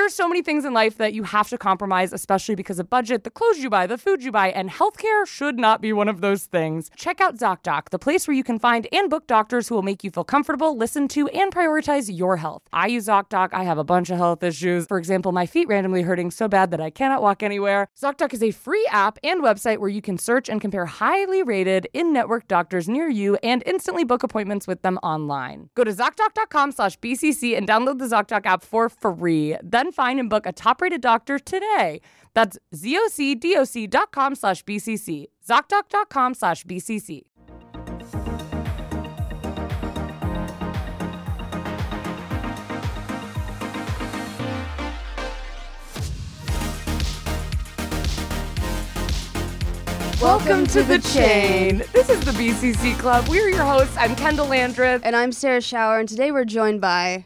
are so many things in life that you have to compromise, especially because of budget, the clothes you buy, the food you buy, and healthcare should not be one of those things. Check out ZocDoc, the place where you can find and book doctors who will make you feel comfortable, listen to, and prioritize your health. I use ZocDoc. I have a bunch of health issues. For example, my feet randomly hurting so bad that I cannot walk anywhere. ZocDoc is a free app and website where you can search and compare highly rated in-network doctors near you and instantly book appointments with them online. Go to ZocDoc.com slash BCC and download the ZocDoc app for free. Then find and book a top-rated doctor today. That's ZocDoc.com slash BCC. ZocDoc.com slash BCC. Welcome to the chain. This is the BCC Club. We're your hosts. I'm Kendall Landreth. And I'm Sarah Shower, and today we're joined by.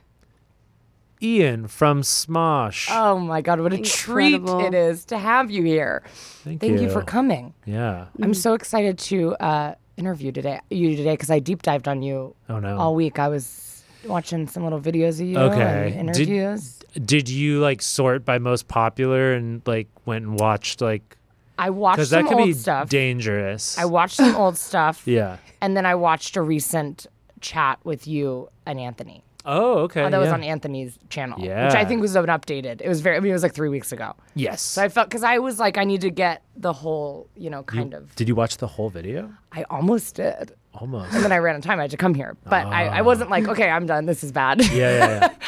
Ian from Smosh. Oh my God, what a Incredible. treat it is to have you here. Thank, Thank you for coming. Yeah. I'm so excited to uh, interview today you today because I deep dived on you Oh no. all week. I was watching some little videos of you Okay. and Did- interviews. Did you like sort by most popular and like went and watched like I watched because some that could old be stuff. dangerous. I watched some old stuff, yeah. and then I watched a recent chat with you and Anthony. Oh, okay. Oh, that was yeah. on Anthony's channel, which I Yeah. think was an updated. It was very. I mean, it was like three weeks ago. Yes. So I felt because I was like, I need to get the whole, you know, kind of. Did you watch the whole video? I almost did. Almost. And then I ran out of time. I had to come here. But I, I wasn't like, okay, I'm done. This is bad. Ah. yeah,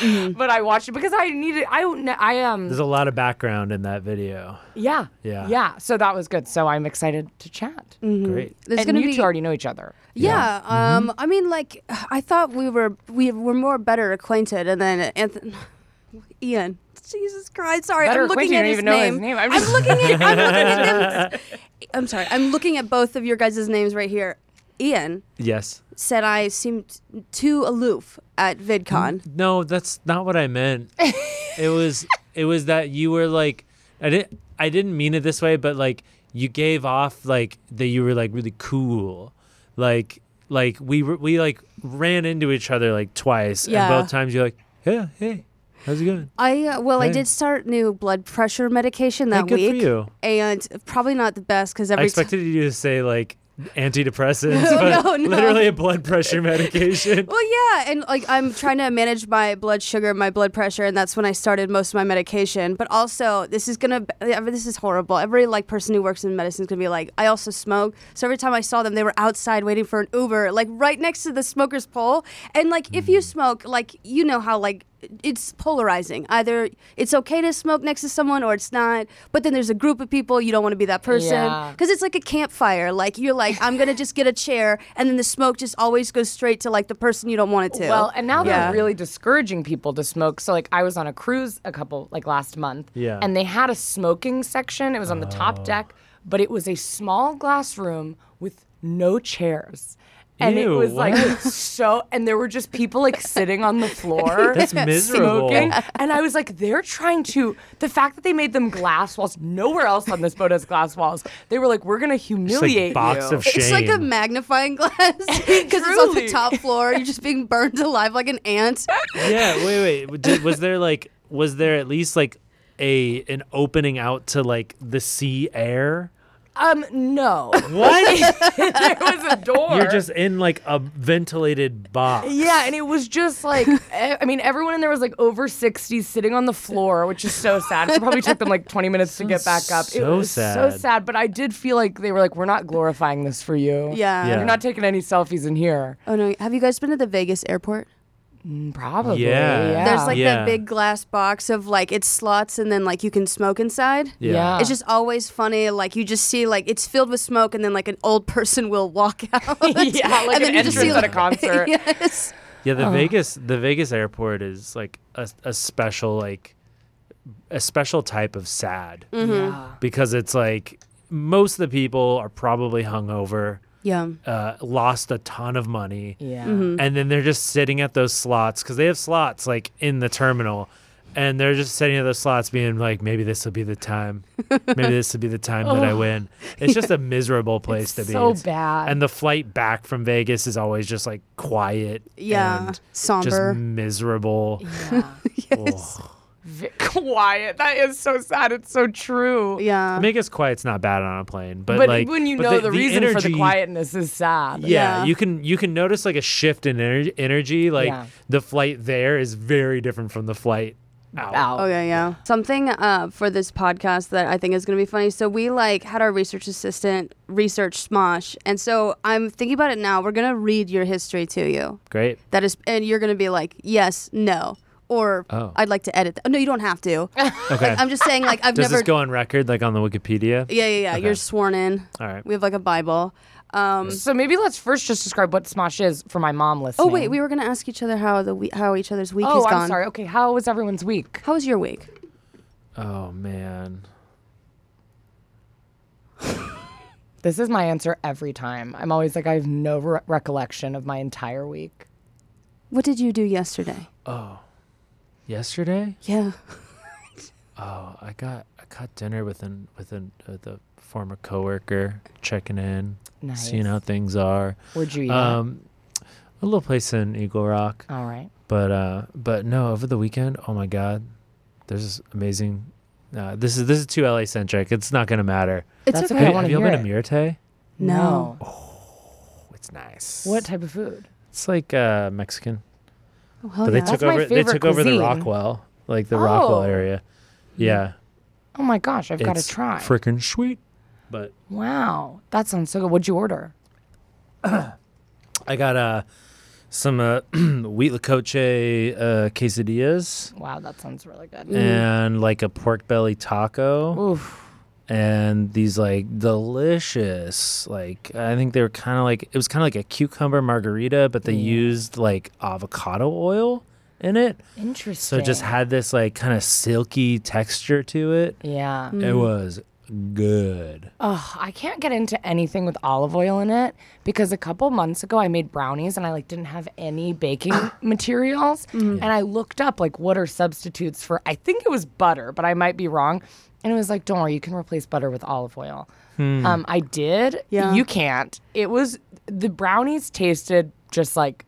yeah, yeah. but I watched it because I needed. I don't. kn- I am. Um, There's a lot of background in that video. yeah. Yeah. Yeah. So that was good. So I'm excited to chat. Great. Mm. There's and gonna you be two already know each other. yeah. Um, Mm-hmm. I mean, like I thought we were we were more better acquainted, and then Anthony, Ian. Jesus Christ! Sorry, Better I'm looking acquainted, at I don't even his know name. his name. I'm I'm, just- looking at I'm looking at them. I'm sorry. I'm looking at both of your guys' names right here. Ian Yes. said I seemed too aloof at VidCon. No, that's not what I meant. it was it was that you were like I didn't I didn't mean it this way, but like you gave off like that you were like really cool. Like like we were we like ran into each other like twice Yeah. and both times you're like, "Yeah, hey. How's it going?" I uh, well, I Hey. did start new blood pressure medication that Hey, good for week, you. and probably not the best because I every time. expected you to say like antidepressants, but no, no. literally a blood pressure medication. Well, yeah, and like I'm trying to manage my blood sugar, my blood pressure, and that's when I started most of my medication. But also, this is gonna, this is horrible. Every like person who works in medicine is gonna be like, I also smoke. So every time I saw them, they were outside waiting for an Uber, like right next to the smoker's pole. And like, if you smoke, like you know how like it's polarizing. Either it's okay to smoke next to someone or it's not. But then there's a group of people you don't want to be that person. Yeah. Because it's like a campfire. Like, you're like, I'm going to just get a chair. And then the smoke just always goes straight to like the person you don't want it to. Well, and now Yeah. they're really discouraging people to smoke. So like I was on a cruise a couple like last month. Yeah. Oh. And they had a smoking section. It was on the top deck, but it was a small glass room with no chairs. And it Ew, was like what? so and there were just people like sitting on the floor. That's miserable. Smoking. And I was like, they're trying to the fact that they made them glass walls, nowhere else on this boat has glass walls. They were like, We're gonna Just like humiliate box you. of shame. it's like a magnifying glass because it's on Truly. the top floor. You're just being burned alive like an ant. yeah wait wait w- did, was there like was there at least like a an opening out to like the sea air um, no. what there was a door. you're just in like a ventilated box Yeah, and it was just like e- I mean, everyone in there was like over sixty, sitting on the floor, which is so sad. It probably took them like twenty minutes to get back up. it so was so sad. sad, but I did feel like they were like, "We're not glorifying this for you. Yeah. Yeah. you're not taking any selfies in here. Mm, Oh, no. Have you guys been to the Vegas airport? Probably. Yeah. yeah. There's like Ah. Yeah. that big glass box of like it's slots and then like you can smoke inside. Yeah. Yeah. It's just always funny. Like you just see like it's filled with smoke and then like an old person will walk out. Yeah, like an you just entrance at a concert. yes. yeah the vegas the vegas airport is like a, a special like a special type of sad Yeah. because it's like most of the people are probably hungover Yeah. uh, lost a ton of money Yeah. Mm-hmm. and then they're just sitting at those slots because they have slots like in the terminal and they're just sitting at those slots being like maybe this will be the time maybe this will be the time that i win it's just a miserable place to be Oh. so It's- bad. and the flight back from vegas is always just like quiet Yeah. and Somber. just miserable Yeah. Ugh. V- quiet. That is so sad. It's so true. Yeah. I guess quiet's not bad on a plane, but, But like when you but know the, reason for the energy- quietness is sad. Yeah, Yeah. you can you can notice like a shift in ener- energy. Like Yeah. the flight there is very different from the flight out. Out. Oh yeah, yeah. Something uh, for this podcast that I think is going to be funny. So we like had our research assistant research Smosh, and so I'm thinking about it now. We're going to read your history to you. Great. That is, and you're going to be like, yes, no, or Oh. I'd like to edit. That. No, you don't have to. Okay. I'm just saying, like I've Does never. this go on record, like on the Wikipedia? E yeah, yeah, yeah. Okay. You're sworn in. All right. We have like a Bible. Um, So maybe let's first just describe what Smosh is for my mom listening. oh wait, we were going to ask each other how the we- how each other's week Oh, has I'm gone. sorry. Okay, how was everyone's week? How was your week? Oh man. This is my answer every time. I'm always like, I have no re- recollection of my entire week. What did you do yesterday? Oh. Yesterday? Yeah. Oh, I got I got dinner with an with an uh, the former coworker checking in, Nice. seeing how things are. Where'd you eat? at? Um, a little place in Eagle Rock. All right. But uh, but no, over the weekend, oh my God, there's this amazing. Uh, this is this is too LA centric. It's not gonna matter. It's That's I okay. okay. have, wanna have you all hear been to Mirte? No. Oh, it's nice. What type of food? It's like uh, Mexican. Oh, hell but they yeah. took That's my over. They favorite took over the cuisine. Rockwell, like the Rockwell Oh. area. Yeah, Oh my gosh, I've got to it's try. Freaking sweet. But wow, that sounds so good. What'd you order? I got uh, some uh, wheat lacoche uh, quesadillas Wow, that sounds really good. and like a pork belly taco. Oof. and these like delicious like i think they were kind of like it was kind of like a cucumber margarita but they used like avocado oil in it so Interesting. it just had this like kind of silky texture to it Yeah. it was good Ugh, I can't get into anything with olive oil in it because a couple months ago I made brownies and I like didn't have any baking materials Mm-hmm. and I looked up like what are substitutes for I think it was butter, but I might be wrong. And it was like, don't worry, you can replace butter with olive oil. Hmm. Um, I did. Yeah. You can't. It was the brownies tasted just like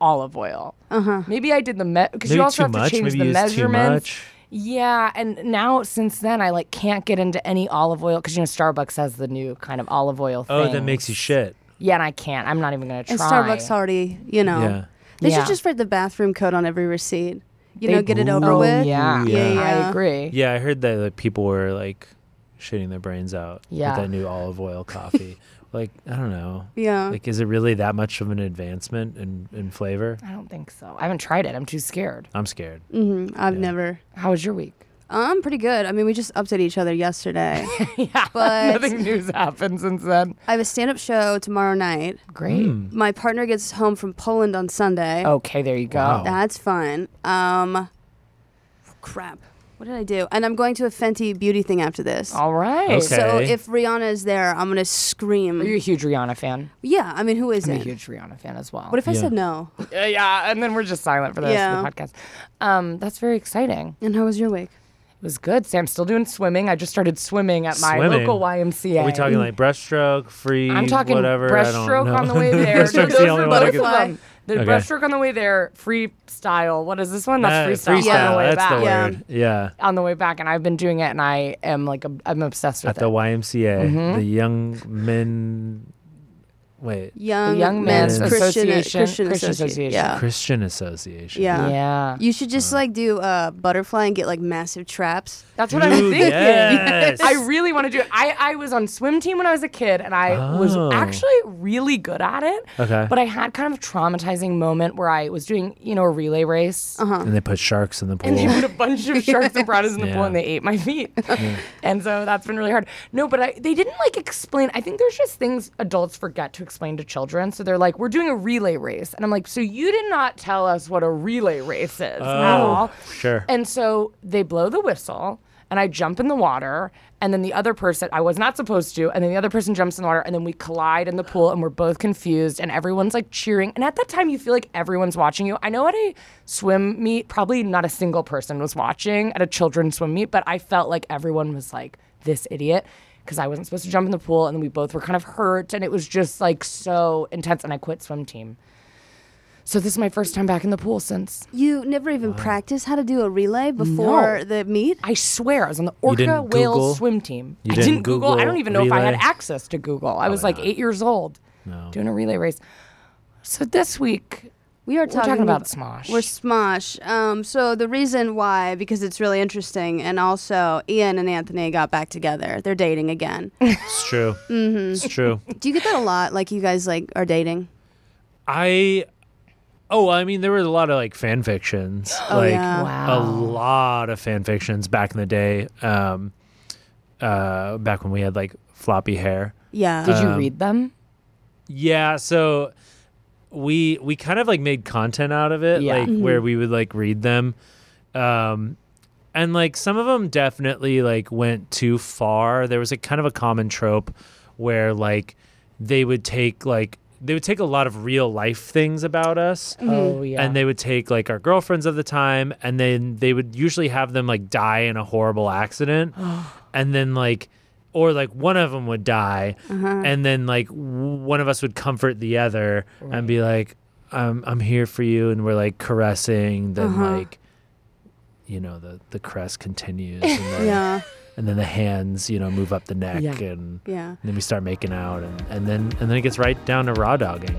olive oil. Uh-huh. Maybe I did the me- because Maybe you also too have to much? change Maybe the you used too measurements. much? Yeah, and now since then I like can't get into any olive oil because you know Starbucks has the new kind of olive oil. oh that things. makes you shit Yeah, and I can't. I'm not even gonna try. And Starbucks already, you know. Yeah. They Yeah. should just write the bathroom code on every receipt. You They- know, get it over Oh, with. Yeah. Yeah, I yeah. agree. yeah i heard that like, people were like shitting their brains out Yeah. with that new olive oil coffee like i don't know Yeah. like is it really that much of an advancement in, in flavor I don't think so. I haven't tried it. I'm too scared. i'm scared hmm I've never. How was your week? Um, pretty good. I mean, we just updated each other yesterday. yeah, But- nothing new's happened since then. I have a stand up show tomorrow night. Great. My partner gets home from Poland on Sunday. Oh. Okay, there you go. Wow. That's fun. Um, crap. What did I do? And I'm going to a Fenty beauty thing after this. All right. Oh, Okay. So if Rihanna is there, I'm going to scream. Are you a huge Rihanna fan? yeah, I mean, who I'm a isn't? huge Rihanna fan as well. What if I Yeah. said no? Uh, yeah, and then we're just silent for the rest Yeah. of the podcast. Um, that's very exciting. And how was your week? It was good. Sam, still doing swimming. I just started swimming at my Swimming? local YMCA. Are we talking like breaststroke, free, I'm talking whatever? I don't breaststroke know. on the way there. Breaststroke's Those the only are one I both could- of them. The Okay. breaststroke on the way there, freestyle. What is this one? Uh, That's freestyle, on the way that's back. the Yeah. word. Yeah. On the way back, and I've been doing it, and I am like a, I'm obsessed with At it. the Mm-hmm. YMCA, the Young Men. Wait, Young, The Young Men's Christian Association- Christian, Christian Association. Association. Yeah. Christian Association. yeah, yeah, You should just like do a butterfly and get like massive traps. that's what Dude, I'm thinking. yes. I really want to do it. I, I was on swim team when I was a kid, and I was Oh. actually really good at it. Okay. But I had kind of a traumatizing moment where I was doing, you know, a relay race. and they put sharks in the pool. uh-huh. and they put a bunch of sharks and piranhas in the pool Yeah. and they ate my feet. and so that's been really hard. No, but I, they didn't like explain. I think there's just things adults forget to explain to children. So they're like, we're doing a relay race. And I'm like, so you did not tell us what a relay race is at Oh, all. sure. And so they blow the whistle. And I jump in the water, and then the other person, I was not supposed to, and then the other person jumps in the water, and then we collide in the pool, and we're both confused, and everyone's like cheering. And at that time, you feel like everyone's watching you. I know at a swim meet, probably not a single person was watching at a children's swim meet, but I felt like everyone was like, this idiot, because I wasn't supposed to jump in the pool, and then we both were kind of hurt, and it was just like so intense, and I quit swim team. So this is my first time back in the pool since You never even practiced how to do a relay before the meet? I swear I was on the orca didn't whale Google? swim team. You I didn't didn't Google. I Google don't even know if I had relay? access to Google. I was like eight years old doing a relay race. So this week We are we're talking about Smosh. We're Smosh. Um, so the reason why, because it's really interesting, and also Ian and Anthony got back together. They're dating again. It's true. Mm-hmm. It's true. Do you get that a lot? Like you guys like are dating? I oh, I mean, there were a lot of like fan fictions, like yeah. Oh, Wow. a lot of fan fictions back in the day. Um, uh, back when we had like floppy hair. Yeah. Did you Um, read them? Yeah, so we we kind of like made content out of it, Yeah. like where we would like read them. Um and like some of them definitely like went too far. There was a kind of a common trope where like they would take like they would take a lot of real life things about us Oh yeah. um, and they would take like our girlfriends of the time and then they would usually have them like die in a horrible accident Oh. and then like or like one of them would die Uh-huh. and then like w- one of us would comfort the other and be like I'm I'm here for you and we're like caressing then Uh-huh. like you know the the caress continues and then, yeah. and then the hands you know move up the neck Yeah. and Yeah. then we start making out and, and then and then it gets right down to raw dogging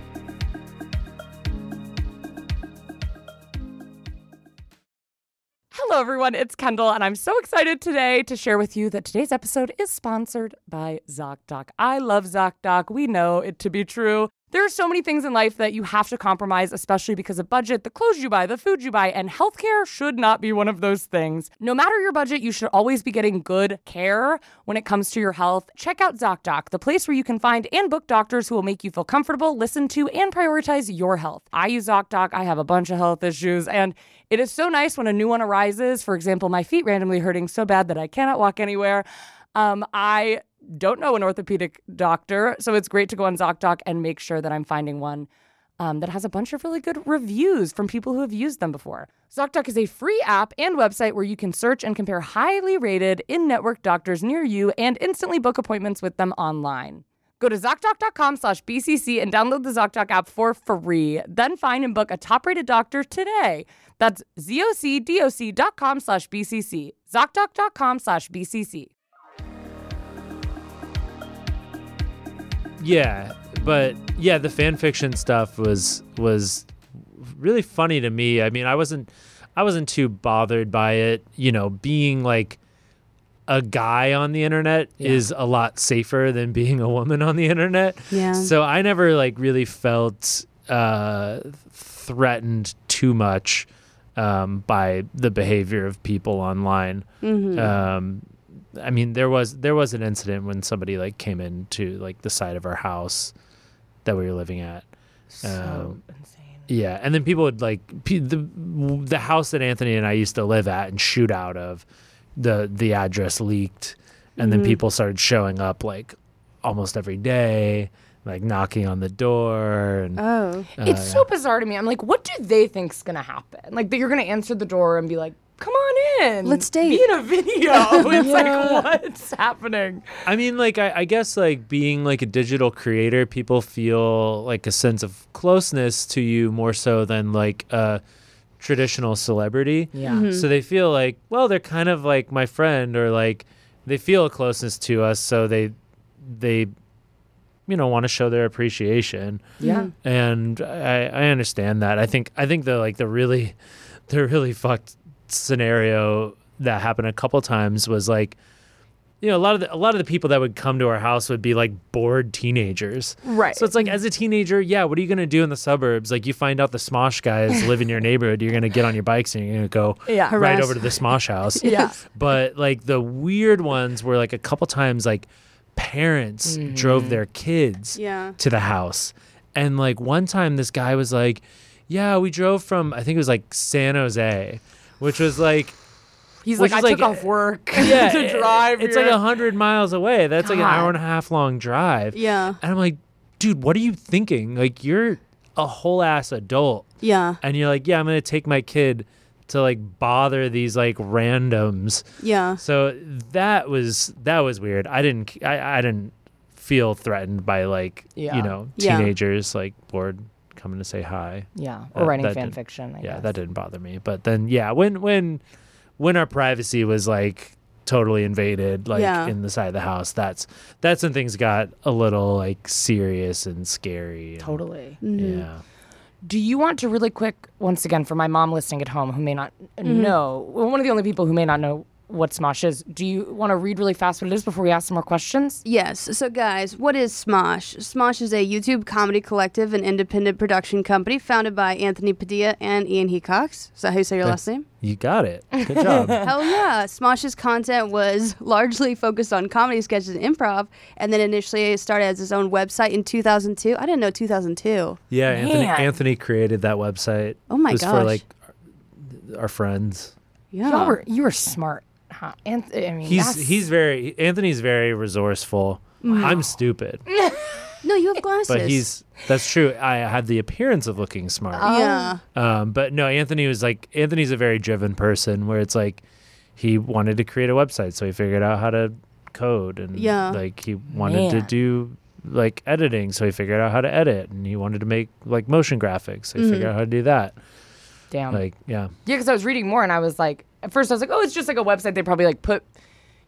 Hello, everyone. It's Kendall, and I'm so excited today to share with you that today's episode is sponsored by ZocDoc. I love ZocDoc. We know it to be true. There are so many things in life that you have to compromise, especially because of budget, the clothes you buy, the food you buy, and healthcare should not be one of those things. No matter your budget, you should always be getting good care when it comes to your health. Check out ZocDoc, the place where you can find and book doctors who will make you feel comfortable, listen to, and prioritize your health. I use ZocDoc. I have a bunch of health issues, and it is so nice when a new one arises. For example, my feet randomly hurting so bad that I cannot walk anywhere. Um, I don't know an orthopedic doctor, so it's great to go on ZocDoc and make sure that I'm finding one um, that has a bunch of really good reviews from people who have used them before. ZocDoc is a free app and website where you can search and compare highly rated in network doctors near you and instantly book appointments with them online. Go to ZocDoc.com slash BCC and download the ZocDoc app for free. Then find and book a top rated doctor today. That's ZocDoc.com slash BCC. ZocDoc.com slash BCC. Yeah, but yeah, the fan fiction stuff was was really funny to me. I mean, I wasn't I wasn't too bothered by it. You know, being like a guy on the internet is a lot safer than being a woman on the internet. Yeah. So I never like really felt uh, threatened too much um, by the behavior of people online. Um, I mean, there was there was an incident when somebody like came into like the side of our house that we were living at. Um, insane. yeah, and then people would like pe- the the house that Anthony and I used to live at and shoot out of. The the address leaked, and then people started showing up like almost every day, like knocking on the door. And Oh. Uh, it's so bizarre to me. I'm like, what do they think's gonna happen? Like that you're gonna answer the door and be like, "Come on in, Let's Be date." in a video. it's Yeah. like what's happening? I mean, like I, I guess like being like a digital creator, people feel like a sense of closeness to you more so than like a traditional celebrity. Yeah. Mhm. So they feel like, well, they're kind of like my friend, or like they feel a closeness to us, so they they you know want to show their appreciation Yeah. and I, I understand that. I think I think the like the really the really fucked scenario that happened a couple times was like you know a lot of the, a lot of the people that would come to our house would be like bored teenagers. Right. So it's like as a teenager, yeah, what are you going to do in the suburbs? Like you find out the Smosh guys live in your neighborhood, you're going to get on your bikes and you're going to go Yeah. right Harass. over to the Smosh house. Yeah. But like the weird ones were like a couple times like parents Mm-hmm. drove their kids Yeah. to the house. And like one time, this guy was like, "Yeah, we drove from I think it was like San Jose, which was like He's Which like, I is took like- uh, off work yeah, to drive. It's here." like a hundred miles away. That's like an God. hour and a half long drive. Yeah. And I'm like, dude, what are you thinking? Like you're a whole ass adult, Yeah. and you're like, yeah, I'm gonna take my kid to like bother these like randoms. Yeah. So that was that was weird. I didn't I, I didn't feel threatened by like Yeah. you know Yeah. teenagers like bored coming to say hi. Yeah, or That- writing uh, that fan didn't- fiction. I yeah, guess. that didn't bother me. But then yeah, when when when our privacy was like totally invaded like Yeah. in the side of the house, that's that's when things got a little like serious and scary. and- totally. Yeah. Mm. Do you want to really quick once again for my mom listening at home who may not Mm-hmm. know well, one of the only people who may not know what Smosh is? Do you want to read really fast what it is before we ask some more questions? Yes. So, guys, what is Smosh? Smosh is a YouTube comedy collective and independent production company founded by Anthony Padilla and Ian Hecox. Is that how you say your last name? You got it. Good job. Hell yeah. Smosh's content was largely focused on comedy sketches and improv, and then initially it started as his own website in 2002. I didn't know 2002. yeah, Anthony Man. Anthony created that website. Oh my it was for gosh. like our friends. Yeah. Y'all were you were smart, huh? And I mean, He's that's- Mm. he's very Anthony's very resourceful. I'm stupid, no, you have glasses. but he's that's true. I had the appearance of looking smart. Uh, yeah. Oh. Um, but no, Anthony was like Anthony's a very driven person where it's like he wanted to create a website, so he figured out how to code and Yeah. like he wanted to Man. do like editing, so he figured out how to edit and he wanted to make like motion graphics, so he figured Mm. out how to do that. damn. Like, yeah. Yeah, because I was reading more and I was like, at first I was like, oh, it's just like a website they probably like put,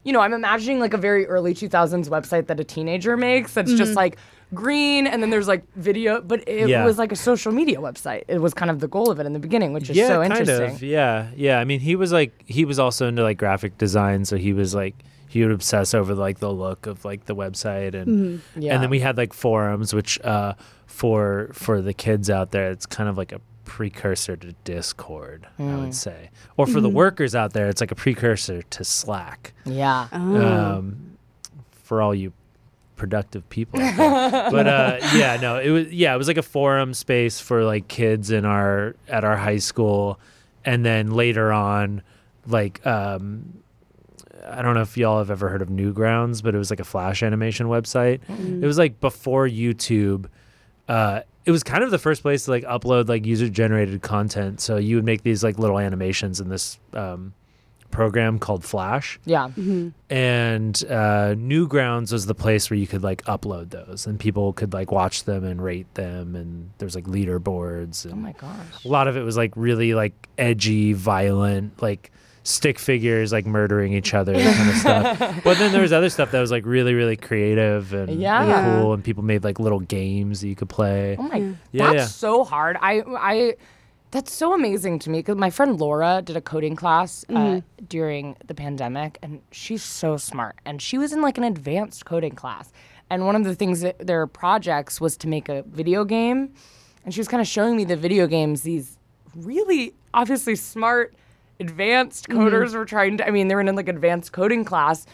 you know, I'm imagining like a very early 2000s website that a teenager makes that's just like green and then there's like video, but it Yeah. was like a social media website. It was kind of the goal of it in the beginning, which is yeah, so kind interesting. of. Yeah, yeah. I mean, he was like he was also into like graphic design, so he was like he would obsess over like the look of like the website and Mm-hmm. Yeah. and then we had like forums, which uh, for for the kids out there, it's kind of like a precursor to Discord, I Mm. would say, or for the Mm-hmm. workers out there, it's like a precursor to Slack. Yeah. Um, for all you productive people. out there. but uh, yeah, no, it was yeah, it was like a forum space for like kids in our at our high school, and then later on, like um, I don't know if y'all have ever heard of Newgrounds, but it was like a flash animation website. It was like before YouTube. Uh, it was kind of the first place to like upload like user generated content. So you would make these like little animations in this um, program called Flash yeah. and uh, Newgrounds was the place where you could like upload those, and people could like watch them and rate them, and there's like leaderboards. And Oh my gosh. a lot of it was like really like edgy, violent, like stick figures like murdering each other kind of stuff. But then there was other stuff that was like really, really creative and, and Yeah. cool, and people made like little games that you could play. Oh my. Yeah, that's yeah. so hard. I I. That's so amazing to me because my friend Laura did a coding class uh, during the pandemic, and she's so smart. And she was in like an advanced coding class, and one of the things that their projects was to make a video game, and she was kind of showing me the video games these really obviously smart advanced coders were trying to i mean they were in like advanced coding class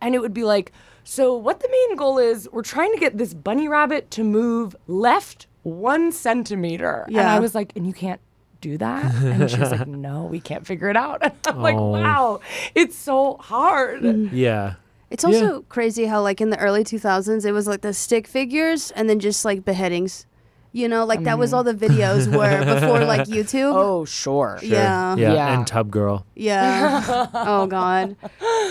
and it would be like so what the main goal is we're trying to get this bunny rabbit to move left one centimeter and i Yeah. was like and you can't do that and she was like no we can't figure it out and i'm like Oh. wow it's so hard Mm-hmm. Yeah. It's also crazy how like in the early 2000s it was like the stick figures and then just like beheadings. You know, like Mm. that was all the videos were before like YouTube. oh sure Yeah. yeah. Yeah. And Tub Girl. Yeah. oh God.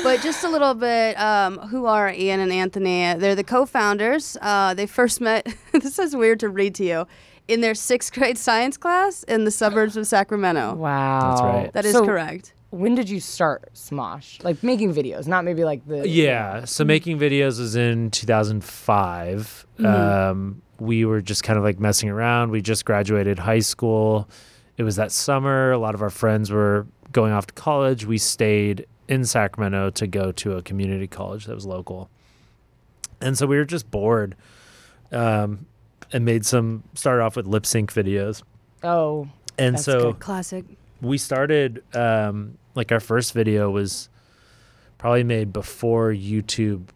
But just a little bit. Um, who are Ian and Anthony? They're the co-founders. Uh, they first met. this is weird to read to you. In their sixth grade science class in the suburbs of Sacramento. wow That's right. That is So correct. when did you start smosh like making videos not maybe like the Yeah. Mm-hmm. So making videos was in 2005. Um, we were just kind of like messing around. We just graduated high school. It was that summer. A lot of our friends were going off to college. We stayed in Sacramento to go to a community college that was local. And so we were just bored um, and made some, started off with lip sync videos. oh And That's so good. Classic. we started um, like our first video was probably made before YouTube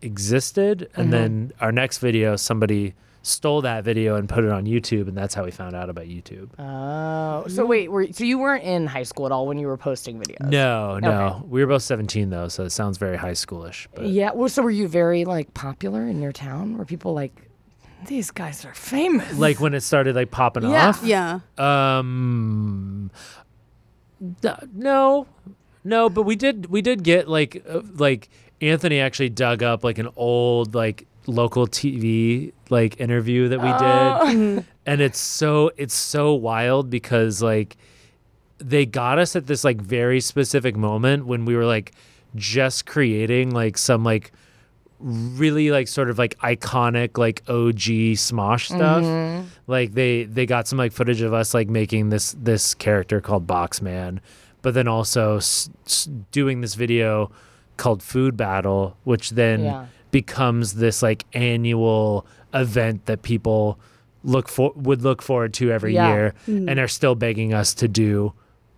existed, Mm-hmm. and then our next video somebody stole that video and put it on YouTube, and that's how we found out about YouTube. Oh, so wait, were, so you weren't in high school at all when you were posting videos? No, no, we were both seventeen though, so it sounds very high schoolish. But Yeah. Well, so were you very like popular in your town? Were people like, these guys are famous? like when it started like popping Yeah. off, Yeah. Um, d- no, no, but we did we did get like uh, like Anthony actually dug up like an old like local TV like interview that we did, and it's so it's so wild because like they got us at this like very specific moment when we were like just creating like some like really like sort of like iconic like OG Smosh stuff. Like they they got some like footage of us like making this this character called Boxman, but then also s- s- doing this video called Food Battle, which then Yeah. becomes this like annual event that people look for would look forward to every Yeah. Hmm. year and are still begging us to do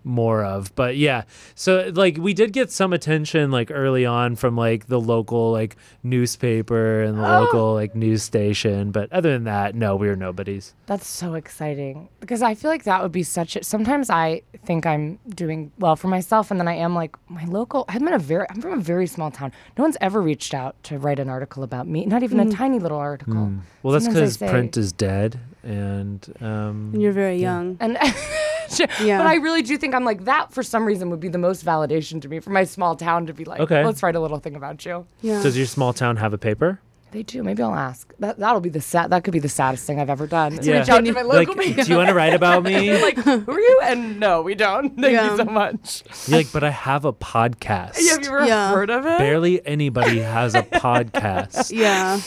more of but yeah so like we did get some attention like early on from like the local like newspaper and the local like news station but other than that no we were nobodies That's so exciting because I feel like that would be such a. Sometimes I think I'm doing well for myself, and then I am like my local. I'm in a very. I'm from a very small town. No one's ever reached out to write an article about me. Not even Hmm. a tiny little article. Hmm. well that's Sometimes because I say- print is dead and um You're very young. And Yeah. but I really do think I'm like that. For some reason, would be the most validation to me for my small town to be like, Okay. let's write a little thing about you. Yeah. does your small town have a paper They do. Maybe I'll ask. That that'll be the sad. That could be the saddest thing I've ever done. Yeah. Reach out to my like local media. do you want to write about me like, who are you? And no, we don't. Thank Yeah. you so much. you're like but i have a podcast Have you ever Yeah. heard of it? barely anybody has a podcast yeah.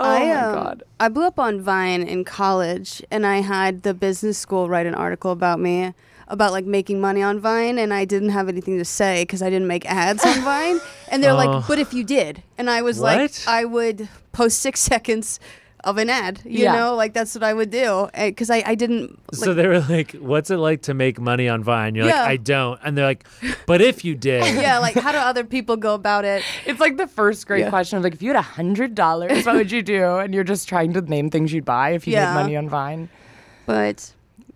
Oh I, my um, god. I blew up on Vine in college, and I had the business school write an article about me about like making money on Vine, and I didn't have anything to say because I didn't make ads on Vine. And they're Oh. like, "But if you did," and I was What? like, "I would post six seconds of an ad. You Yeah. know, like that's what I would do because I I didn't." Like, so they were like, "What's it like to make money on Vine?" You're Yeah. like, "I don't," and they're like, "But if you did, yeah, like how do other people go about it? It's like the first great Yeah. question of like if you had a hundred dollars, what would you do? And you're just trying to name things you'd buy if you made Yeah. money on Vine. But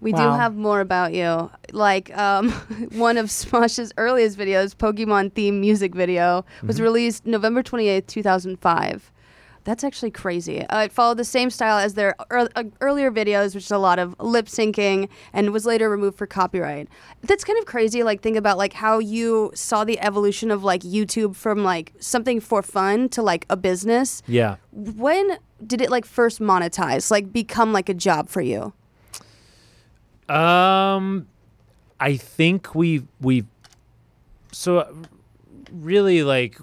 we Wow. do have more about you. Like um, one of Smosh's earliest videos, Pokemon theme music video, was released November 28th, 2005. That's actually crazy. Uh, it followed the same style as their ear- uh, earlier videos, which is a lot of lip syncing, and was later removed for copyright. That's kind of crazy. Like think about like how you saw the evolution of like YouTube from like something for fun to like a business. yeah." When did it like first monetize? Like become like a job for you? Um, I think we we so uh, really like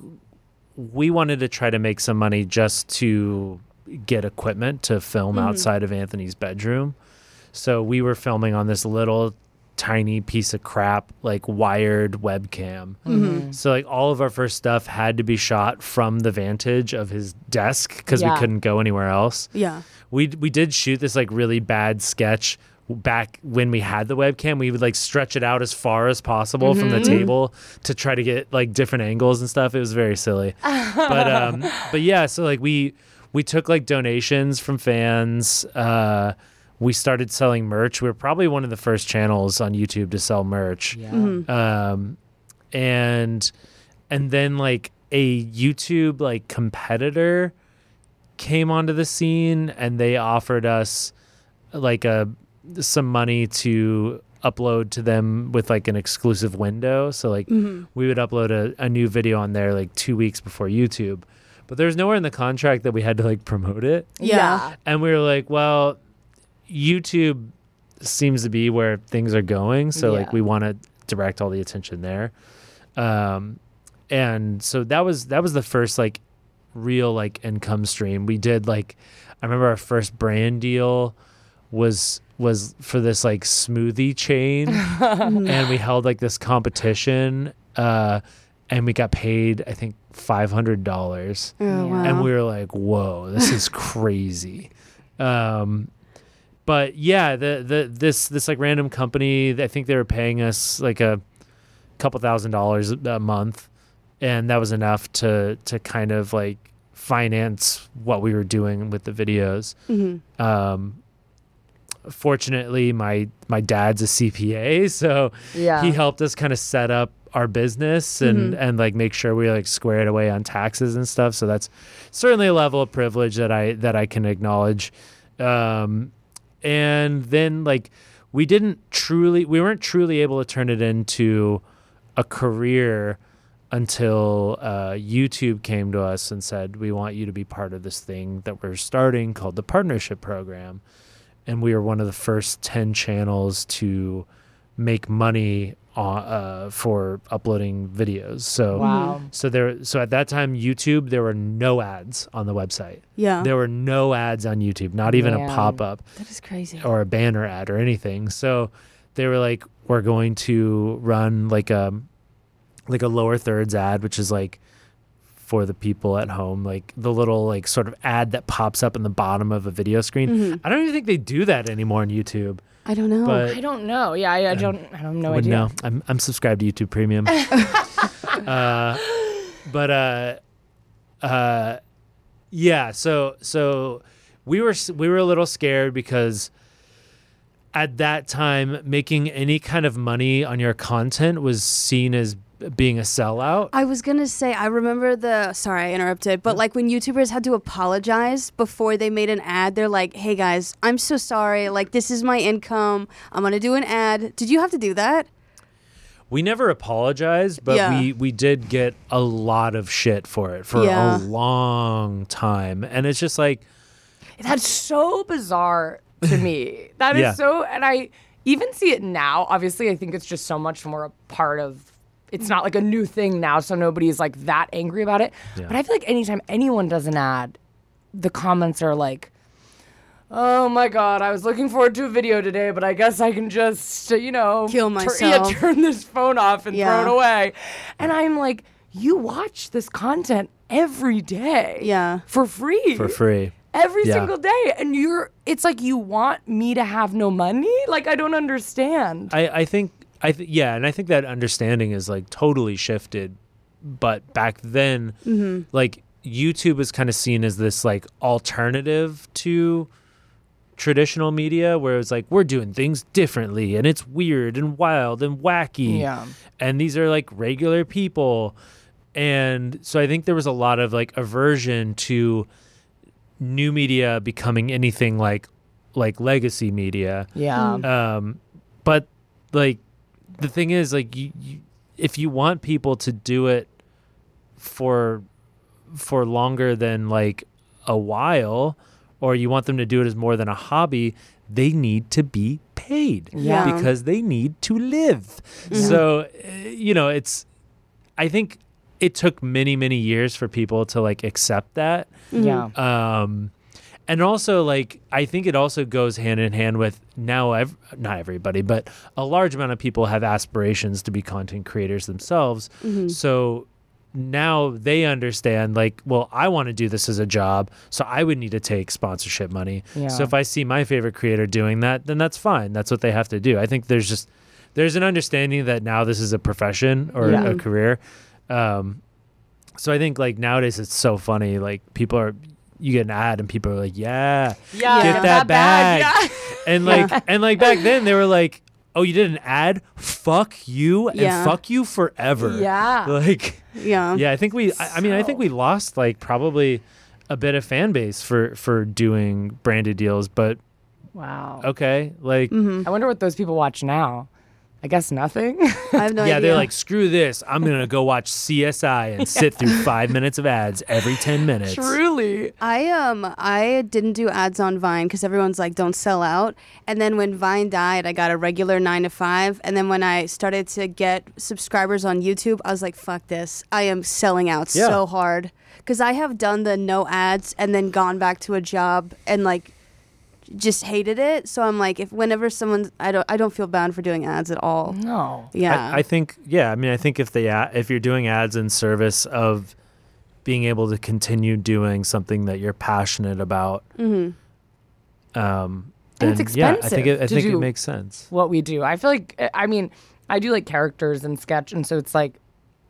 we wanted to try to make some money just to get equipment to film outside of Anthony's bedroom. So we were filming on this little tiny piece of crap like wired webcam. So like all of our first stuff had to be shot from the vantage of his desk cuz Yeah. we couldn't go anywhere else Yeah. we we did shoot this like really bad sketch back when we had the webcam we would like stretch it out as far as possible from the table to try to get like different angles and stuff it was very silly but um but yeah so like we we took like donations from fans uh we started selling merch we were probably one of the first channels on youtube to sell merch Yeah. Mm-hmm. um, and and then like a YouTube like competitor came onto the scene and they offered us like a some money to upload to them with like an exclusive window. So like we would upload a, a new video on there like two weeks before YouTube. But there's nowhere in the contract that we had to like promote it. Yeah. And we were like, well, YouTube seems to be where things are going. So, Yeah. like, we want to direct all the attention there. Um, and so that was that was the first like real like income stream we did like i remember our first brand deal was was for this like smoothie chain and we held like this competition uh and we got paid i think $500 Oh, wow. and we were like, "Whoa, this is crazy." um, but yeah, the the this this like random company, I think they were paying us like a couple thousand dollars a month, and that was enough to to kind of like finance what we were doing with the videos. Um, fortunately, my my dad's a CPA, so Yeah. he helped us kind of set up our business and and like make sure we like squared away on taxes and stuff so that's certainly a level of privilege that i that i can acknowledge um and then like we didn't truly we weren't truly able to turn it into a career until uh, YouTube came to us and said, "We want you to be part of this thing that we're starting called the Partnership Program," and we were one of the first ten channels to make money uh, uh, for uploading videos. So. Wow. So there, so at that time, YouTube there were no ads on the website. Yeah. There were no ads on YouTube, not even Man. a pop up that is crazy. or a banner ad or anything. So they were like, we're going to run like a like a lower thirds ad, which is like for the people at home, like the little like sort of ad that pops up in the bottom of a video screen. I don't even think they do that anymore on YouTube. I don't know. But Mm-hmm. Oh, I don't know. Yeah, I, I don't. I don't know. would idea. know. I'm I'm subscribed to YouTube Premium. uh, but uh, uh, yeah. So so we were s- we were a little scared because at that time making any kind of money on your content was seen as being a sellout. I was gonna say I remember the sorry I interrupted, Mm-hmm. but like when YouTubers had to apologize before they made an ad, they're like, "Hey guys, I'm so sorry. Like this is my income. I'm gonna do an ad." Did you have to do that? We never apologized, but Yeah. we we did get a lot of shit for it for Yeah. a long time, and it's just like That's so bizarre to me. That is Yeah. so, and I even see it now. Obviously, I think it's just so much more a part of. It's not like a new thing now, so nobody's like that angry about it. But I feel like anytime anyone does an ad, the comments are like, "Oh my god, I was looking forward to a video today, but I guess I can just, uh, you know, Kill tur- myself." yeah, turn this phone off and Yeah. throw it away." And I'm like, "You watch this content every day, Yeah. for free, for free. every Yeah. single day and you're it's like you want me to have no money like i don't understand I, I think I th- yeah, and I think that understanding is like totally shifted. But back then, like YouTube was kind of seen as this like alternative to traditional media, where it's like we're doing things differently, and it's weird and wild and wacky, Yeah. and these are like regular people, and so I think there was a lot of like aversion to new media becoming anything like like legacy media yeah um, but like the thing is, like you, you, if you want people to do it for for longer than like a while, or you want them to do it as more than a hobby, they need to be paid Yeah. because they need to live. So uh, you know, it's I think it took many many years for people to like accept that yeah um and also like i think it also goes hand in hand with now ev- not everybody but a large amount of people have aspirations to be content creators themselves Mm-hmm. so now they understand like well i want to do this as a job so i would need to take sponsorship money Yeah. so if i see my favorite creator doing that then that's fine that's what they have to do i think there's just there's an understanding that now this is a profession or Yeah. a career um so I think like nowadays it's so funny. Like people are, you get an ad and people are like, yeah, yeah get that bag. yeah And like and like back then they were like, oh, you did an ad? Fuck you and Yeah. fuck you forever. Yeah. Like Yeah. yeah, I think we. I, I mean, I think we lost like probably a bit of fan base for for doing branded deals. But wow okay, like i wonder what those people watch now i guess nothing I have no yeah, idea. they're like screw this. I'm gonna go watch CSI and sit through five minutes of ads every ten minutes. truly I um I didn't do ads on Vine because everyone's like don't sell out. And then when Vine died, I got a regular nine to five. And then when I started to get subscribers on YouTube, I was like, fuck this. I am selling out Yeah. so hard because I have done the no ads and then gone back to a job and like just hated it. So I'm like, if whenever someone's I don't I don't feel bound for doing ads at all. Mm. no Yeah, I, I think yeah. I mean, I think if they a- if you're doing ads in service of being able to continue doing something that you're passionate about, um, Mm-hmm. And then it's yeah, I think it, I expensive to think do. it makes sense. what we do i feel like eh, i mean i do like characters and sketch and so it's like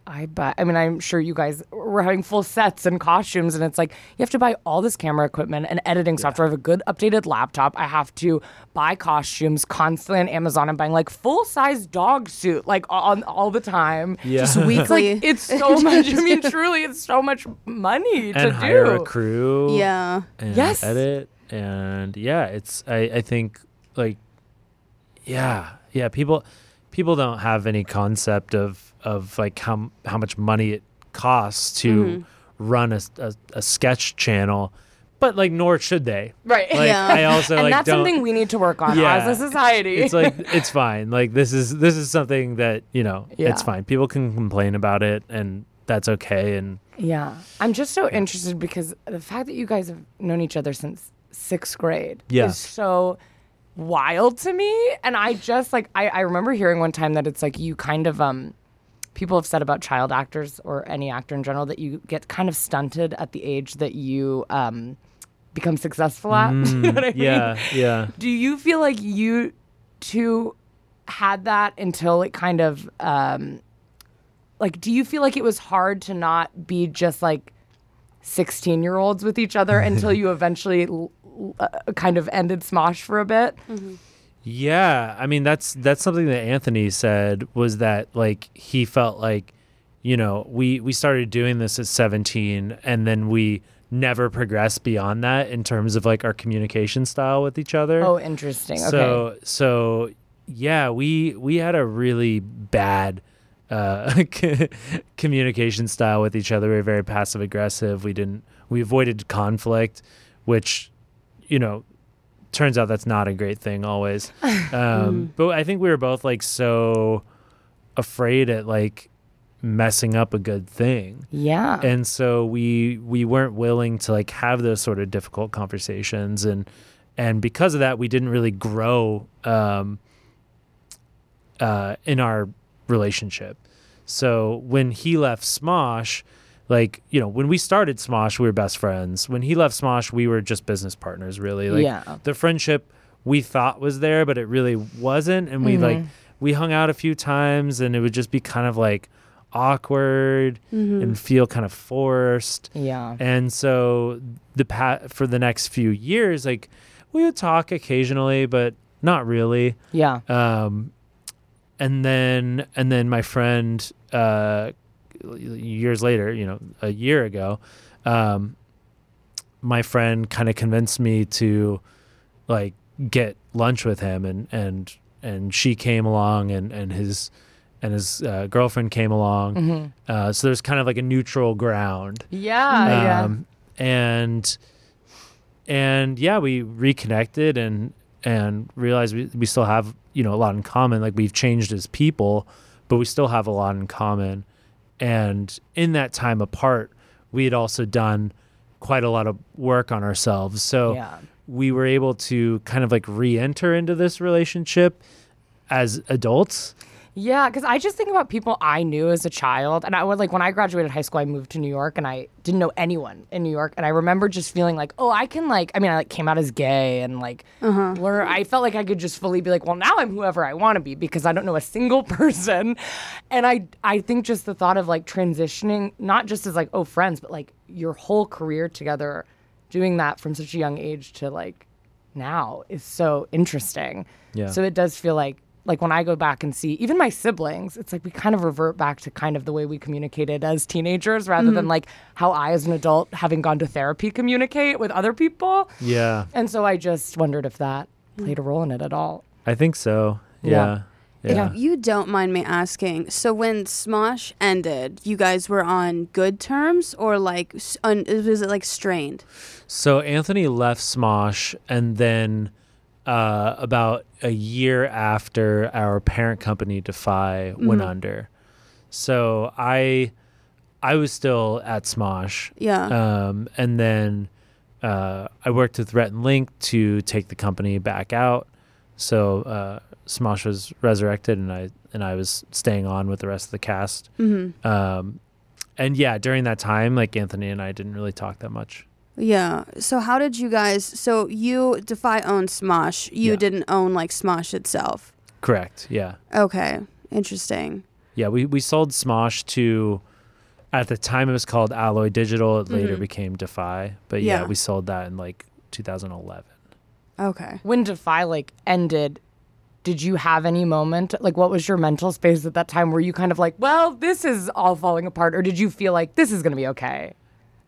I buy. I mean, I'm sure you guys were having full sets and costumes, and it's like you have to buy all this camera equipment and editing software. I have a good updated laptop. I have to buy costumes constantly on Amazon. I'm buying like full size dog suit, like on all the time. Yeah, just weekly. Like it's so much. I mean, truly, it's so much money to and hire do. a crew. yeah. and Yes. edit and yeah, it's I I think like yeah yeah people. pe- people don't have any concept of of like how how much money it costs to Mm-hmm. run a, s- a- a sketch channel, but like nor should they. Right. Like Yeah. I also and like that's don't. something we need to work on Yeah. as a society. it's like it's fine. Like this is this is something that you know Yeah. it's fine. People can complain about it, and that's okay. And yeah. I'm just so interested because the fact that you guys have known each other since sixth grade Yeah. is so wild to me. And I just like I, I remember hearing one time that it's like you kind of um people have said about child actors or any actor in general that you get kind of stunted at the age that you um become successful at. Do you know what I mean? Mm, yeah, yeah. Do you feel like you two had that until it kind of um like do you feel like it was hard to not be just like 16 year olds with each other until you eventually l- l- uh, kind of ended smosh for a bit Mm-hmm. Yeah, I mean that's that's something that Anthony said was that like he felt like you know, we we started doing this at 17 and then we never progressed beyond that in terms of like our communication style with each other. oh interesting okay So so yeah, we we had a really bad uh, communication style with each other. We were very passive aggressive. We didn't we avoided conflict, which you know turns out that's not a great thing always. Mm. Um, but I think we were both like so afraid at like messing up a good thing yeah and so we we weren't willing to like have those sort of difficult conversations and and because of that we didn't really grow um uh in our relationship so when he left smosh like you know when we started smosh we were best friends when he left smosh we were just business partners really like Yeah. the friendship we thought was there but it really wasn't and we like we hung out a few times and it would just be kind of like awkward and feel kind of forced yeah and so the pa- for the next few years like we would talk occasionally but not really yeah um, and then and then my friend uh, years later, you know, a year ago, um, my friend kind of convinced me to like get lunch with him, and and and she came along, and and his and his uh, girlfriend came along. Uh, so there's kind of like a neutral ground Oh, yeah um, and and yeah we reconnected and and realized we, we still have you know a lot in common like we've changed as people but we still have a lot in common and in that time apart we had also done quite a lot of work on ourselves so Yeah. we were able to kind of like re-enter into this relationship as adults Yeah, because I just think about people I knew as a child, and I would like when I graduated high school, I moved to New York, and I didn't know anyone in New York, and I remember just feeling like, oh, I can like, I mean, I like came out as gay, and like, learn, I felt like I could just fully be like, well, now I'm whoever I want to be because I don't know a single person, and I, I think just the thought of like transitioning, not just as like oh friends, but like your whole career together, doing that from such a young age to like now is so interesting. Yeah. So it does feel like like when I go back and see even my siblings, it's like we kind of revert back to kind of the way we communicated as teenagers rather than like how I as an adult having gone to therapy communicate with other people. yeah And so I just wondered if that played a role in it at all. i think so Yeah. yeah yeah, Yeah. If you don't mind me asking, so when Smosh ended, you guys were on good terms or like s- un, was it like strained? So Anthony left Smosh, and then uh, about a year after our parent company Defy went under, so I I was still at Smosh, Yeah. um, and then uh, I worked with Rhett and Link to take the company back out. So uh, Smosh was resurrected, and I and I was staying on with the rest of the cast. Um, and yeah, during that time, like Anthony and I didn't really talk that much. yeah. So how did you guys? So you Defy owned Smosh. You Yeah. didn't own like Smosh itself. Correct. Yeah. Okay. Interesting. Yeah. We, we sold Smosh to, at the time it was called Alloy Digital. It later became Defy. But yeah, Yeah. we sold that in like 2011. Okay. When Defy like ended, did you have any moment like what was your mental space at that time? Were you kind of like, well, this is all falling apart, or did you feel like this is gonna be okay?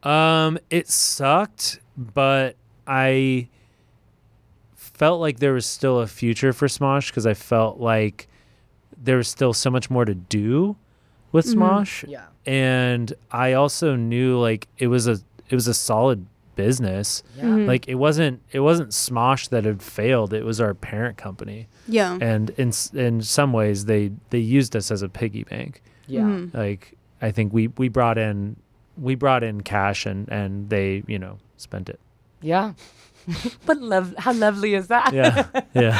Um, it sucked, but I felt like there was still a future for Smosh because I felt like there was still so much more to do with Smosh. Yeah. And I also knew like it was a it was a solid business. Yeah. Hmm. Like it wasn't it wasn't Smosh that had failed. It was our parent company. Yeah. And in s- in some ways they they used us as a piggy bank. Yeah. Mm-hmm. Mhm. Like I think we we brought in we brought in cash and and they, you know, spent it. Yeah. but love, how lovely is that? Yeah. yeah.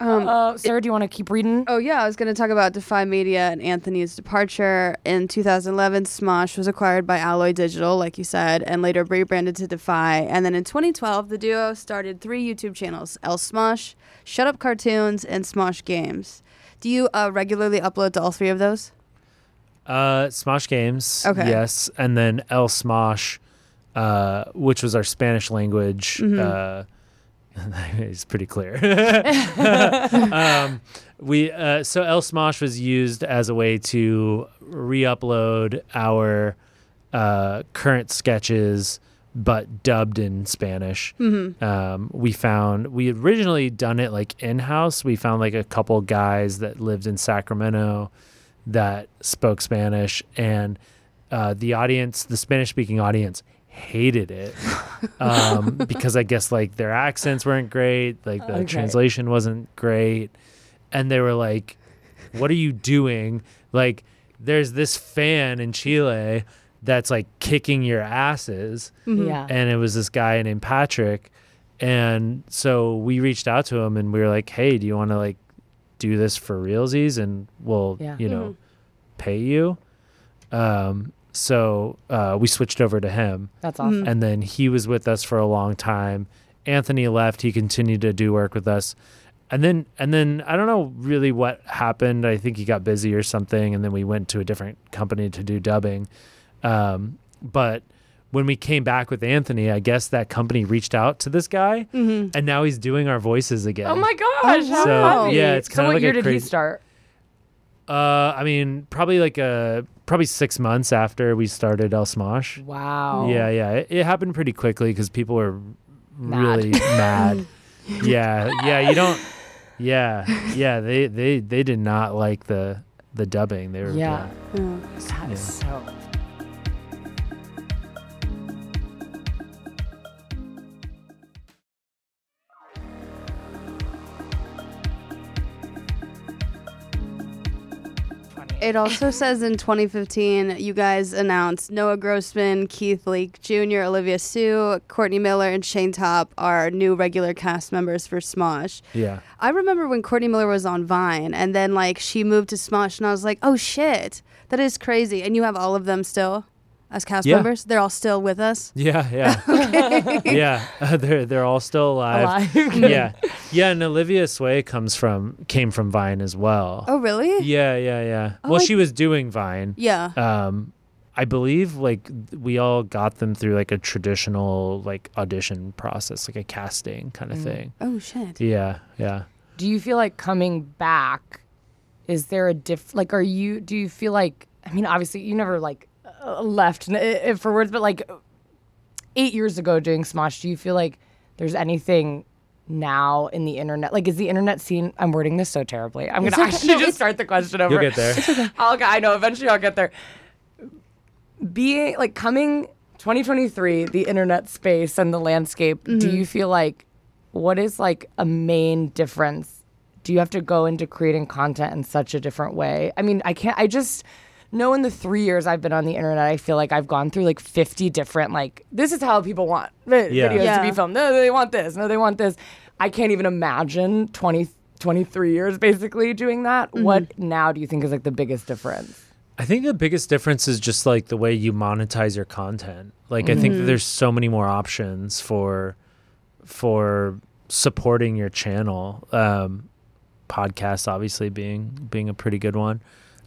Um, Uh, Sarah, do you want to keep reading? Oh yeah, I was going to talk about Defy Media and Anthony's departure in 2011. Smosh was acquired by Alloy Digital, like you said, and later rebranded to Defy. And then in 2012, the duo started three YouTube channels: El Smosh, Shut Up Cartoons, and Smosh Games. Do you uh, regularly upload to all three of those? Uh, Smosh Games. Okay. Yes, and then El Smosh, uh, which was our Spanish language. Uh, it's pretty clear. um, we uh, so El Smosh was used as a way to re-upload our uh, current sketches, but dubbed in Spanish. Um, we found we had originally done it like in house. We found like a couple guys that lived in Sacramento that spoke Spanish, and uh, the audience, the Spanish speaking audience, hated it um, because I guess like their accents weren't great, like the Okay. translation wasn't great, and they were like, "What are you doing?" Like, there's this fan in Chile that's like kicking your asses Yeah. and it was this guy named Patrick. And so we reached out to him and we were like, "Hey, do you want to like do this for realsies and we'll, Yeah. you know, pay you?" Um, so uh, we switched over to him, That's awesome. and then he was with us for a long time. Anthony left; he continued to do work with us, and then and then I don't know really what happened. I think he got busy or something, and then we went to a different company to do dubbing. Um, but when we came back with Anthony, I guess that company reached out to this guy, and now he's doing our voices again. Mm-hmm. Oh my gosh! how So, funny. yeah, it's So kinda what like year a did he crazy- start? Uh, I mean, probably like a probably six months after we started El Smosh. Wow. Yeah, yeah, it, it happened pretty quickly because people were Mad. really mad. Yeah, yeah, you don't. Yeah, yeah, they they they did not like the the dubbing. They were Yeah. Yeah. That is so. Funny. It also says in 2015, you guys announced Noah Grossman, Keith Leake Jr., Olivia Sue, Courtney Miller, and Shane Top are new regular cast members for Smosh. yeah, I remember when Courtney Miller was on Vine, and then like she moved to Smosh, and I was like, oh shit, that is crazy. And you have all of them still as cast Yeah. members. They're all still with us. yeah, yeah, yeah. they're they're all still Alive. yeah, yeah, and Olivia Sway comes from came from Vine as well. Oh really? Yeah, yeah, yeah. Oh, well, I- she was doing Vine. Yeah. Um, I believe like th- we all got them through like a traditional like audition process, like a casting kind of thing. Oh shit. Yeah, yeah. Do you feel like coming back? Is there a diff? Like, are you? Do you feel like? I mean, obviously, you never like uh, left n- i- i- for words, but like eight years ago doing Smosh, do you feel like there's anything now in the internet? Like, is the internet scene? I'm wording this so terribly. I'm gonna actually just start the question over. You'll get there. I'll, I know. Eventually, I'll get there. Being like coming 2023, the internet space and the landscape. Do you feel like what is like a main difference? Do you have to go into creating content in such a different way? I mean, I can't. I just know in the three years I've been on the internet, I feel like I've gone through like 50 different like this is how people want vi- Yeah. videos to Yeah. be filmed. No, they want this. No, they want this. I can't even imagine 20, 23 years basically doing that. What now do you think is like the biggest difference? I think the biggest difference is just like the way you monetize your content. Like I think that there's so many more options for for supporting your channel. Um podcasts obviously being being a pretty good one.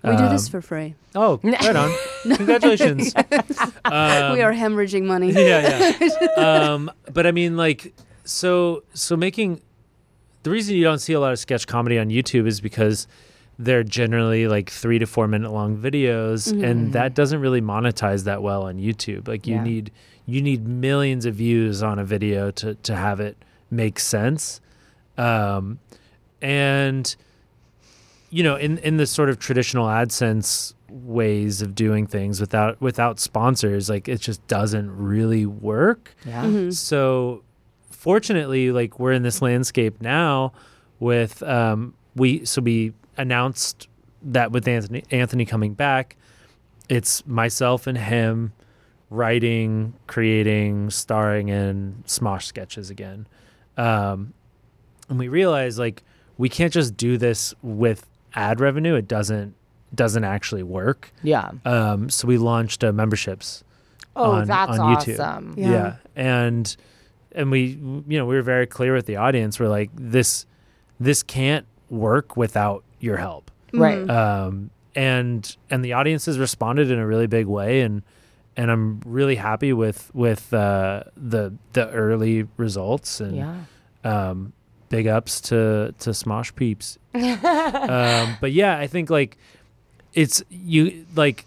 We do this Um, for free. Oh, right on. Congratulations. Um, we are hemorrhaging money. yeah, yeah. um, but I mean, like, so so making the reason you don't see a lot of sketch comedy on YouTube is because they're generally like three to four minute long videos, and that doesn't really monetize that well on YouTube. Like, you Yeah. need you need millions of views on a video to to have it make sense. Um, and you know, in in the sort of traditional AdSense ways of doing things without without sponsors, like it just doesn't really work. Yeah. Mm-hmm. So fortunately, like we're in this landscape now with um we so we announced that with Anthony Anthony coming back, it's myself and him writing, creating, starring in Smosh sketches again. Um and we realized like we can't just do this with ad revenue. It doesn't doesn't actually work. Yeah. Um, so we launched uh, memberships. Oh, on- that's on YouTube. awesome. Yeah. and and we you know we were very clear with the audience. We're like this this can't work without your help. Right. Um, and and the audiences responded in a really big way, and and I'm really happy with with uh, the the early results. And Yeah. um, big ups to to Smosh Peeps. um, but yeah, I think like it's you like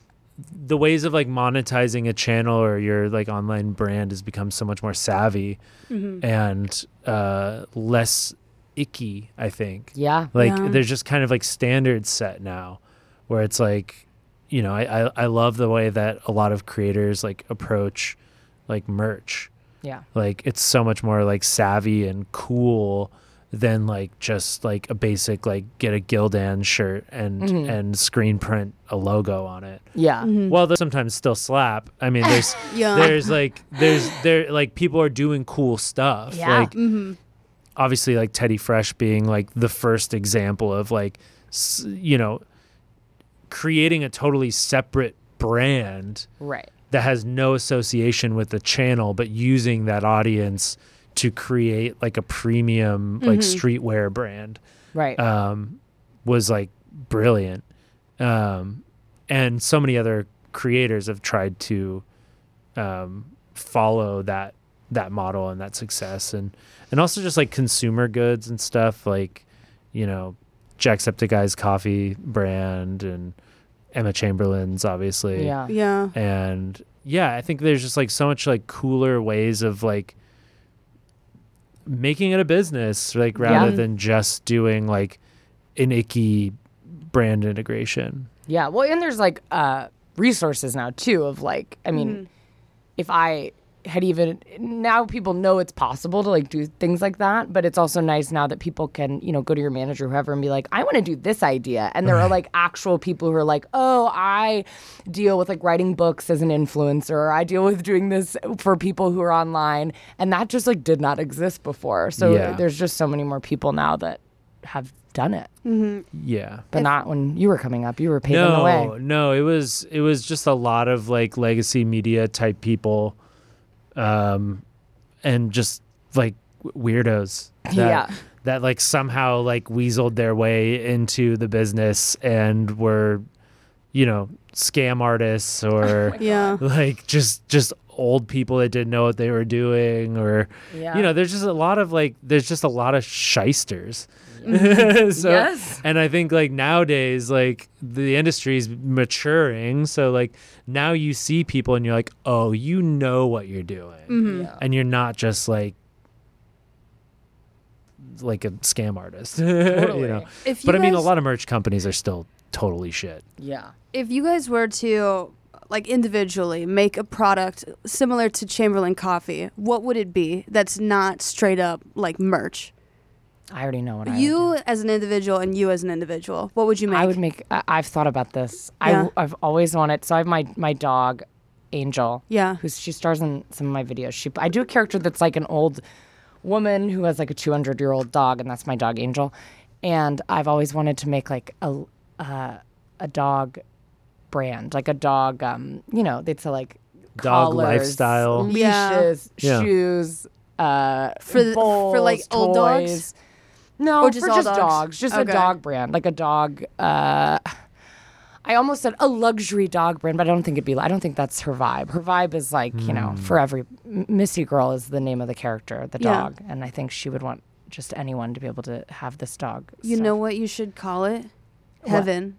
the ways of like monetizing a channel or your like online brand has become so much more savvy and uh, less icky. I think Yeah. like Yeah. there's just kind of like standards set now where it's like you know I, I i love the way that a lot of creators like approach like merch Yeah. like it's so much more like savvy and cool than like just like a basic like get a Gildan shirt and and screen print a logo on it. Yeah. Well, they sometimes still slap. I mean, there's Yeah. there's like there's there like people are doing cool stuff. Yeah. Like obviously like Teddy Fresh being like the first example of like s- you know creating a totally separate brand Right. that has no association with the channel, but using that audience to create like a premium like streetwear brand Right. um, was like brilliant. Um, and so many other creators have tried to um, follow that that model and that success, and and also just like consumer goods and stuff like you know Jacksepticeye's coffee brand and Emma Chamberlain's obviously yeah. yeah. and yeah i think there's just like so much like cooler ways of like making it a business like rather Yeah. than just doing like an icky brand integration Yeah. Well, and there's like uh, resources now too of like, I mean, if I had even now people know it's possible to like do things like that, but it's also nice now that people can, you know, go to your manager, whoever, and be like, I want to do this idea. And there are like actual people who are like, oh, I deal with like writing books as an influencer, or I deal with doing this for people who are online. And that just like did not exist before. So Yeah. there's just so many more people now that have done it, yeah but not when you were coming up, you were paving the way. no no it was it was just a lot of like legacy media type people um and just like w- weirdos that, Yeah. that like somehow like weaseled their way into the business and were you know scam artists Oh or Yeah. like just just old people that didn't know what they were doing or Yeah. you know there's just a lot of like there's just a lot of shysters so Yes. and i think like nowadays like the industry's maturing so like now you see people and you're like oh you know what you're doing Hmm. Yeah. and you're not just like like a scam artist Totally. you know If you but i mean a guys- lot of merch companies are still totally shit Yeah. if you guys were to like individually make a product similar to Chamberlain Coffee, what would it be that's not straight up like merch? I already know what I would you as an individual and you as an individual, what would you make? I would make. I- I've thought about this. Yeah. I, have always wanted. So I have my my dog, Angel. Yeah. Who's she stars in some of my videos. She I do a character that's like an old woman who has like a 200 year old dog, and that's my dog Angel. And I've always wanted to make like a uh, a dog brand, like a dog. Um, you know, they'd sell like Dog collars, lifestyle. Yeah. leashes, Yeah. shoes. Uh, For the- for, bowls, like, old dogs? toys. No, Or just for all just dogs? dogs. Just Okay. a dog brand, like a dog. Uh, I almost said a luxury dog brand, but I don't think it'd be. I don't think that's her vibe. Her vibe is like you know, for every M- Missy Girl is the name of the character, the Yeah. dog, and I think she would want just anyone to be able to have this dog. you know what you should call it? Heaven.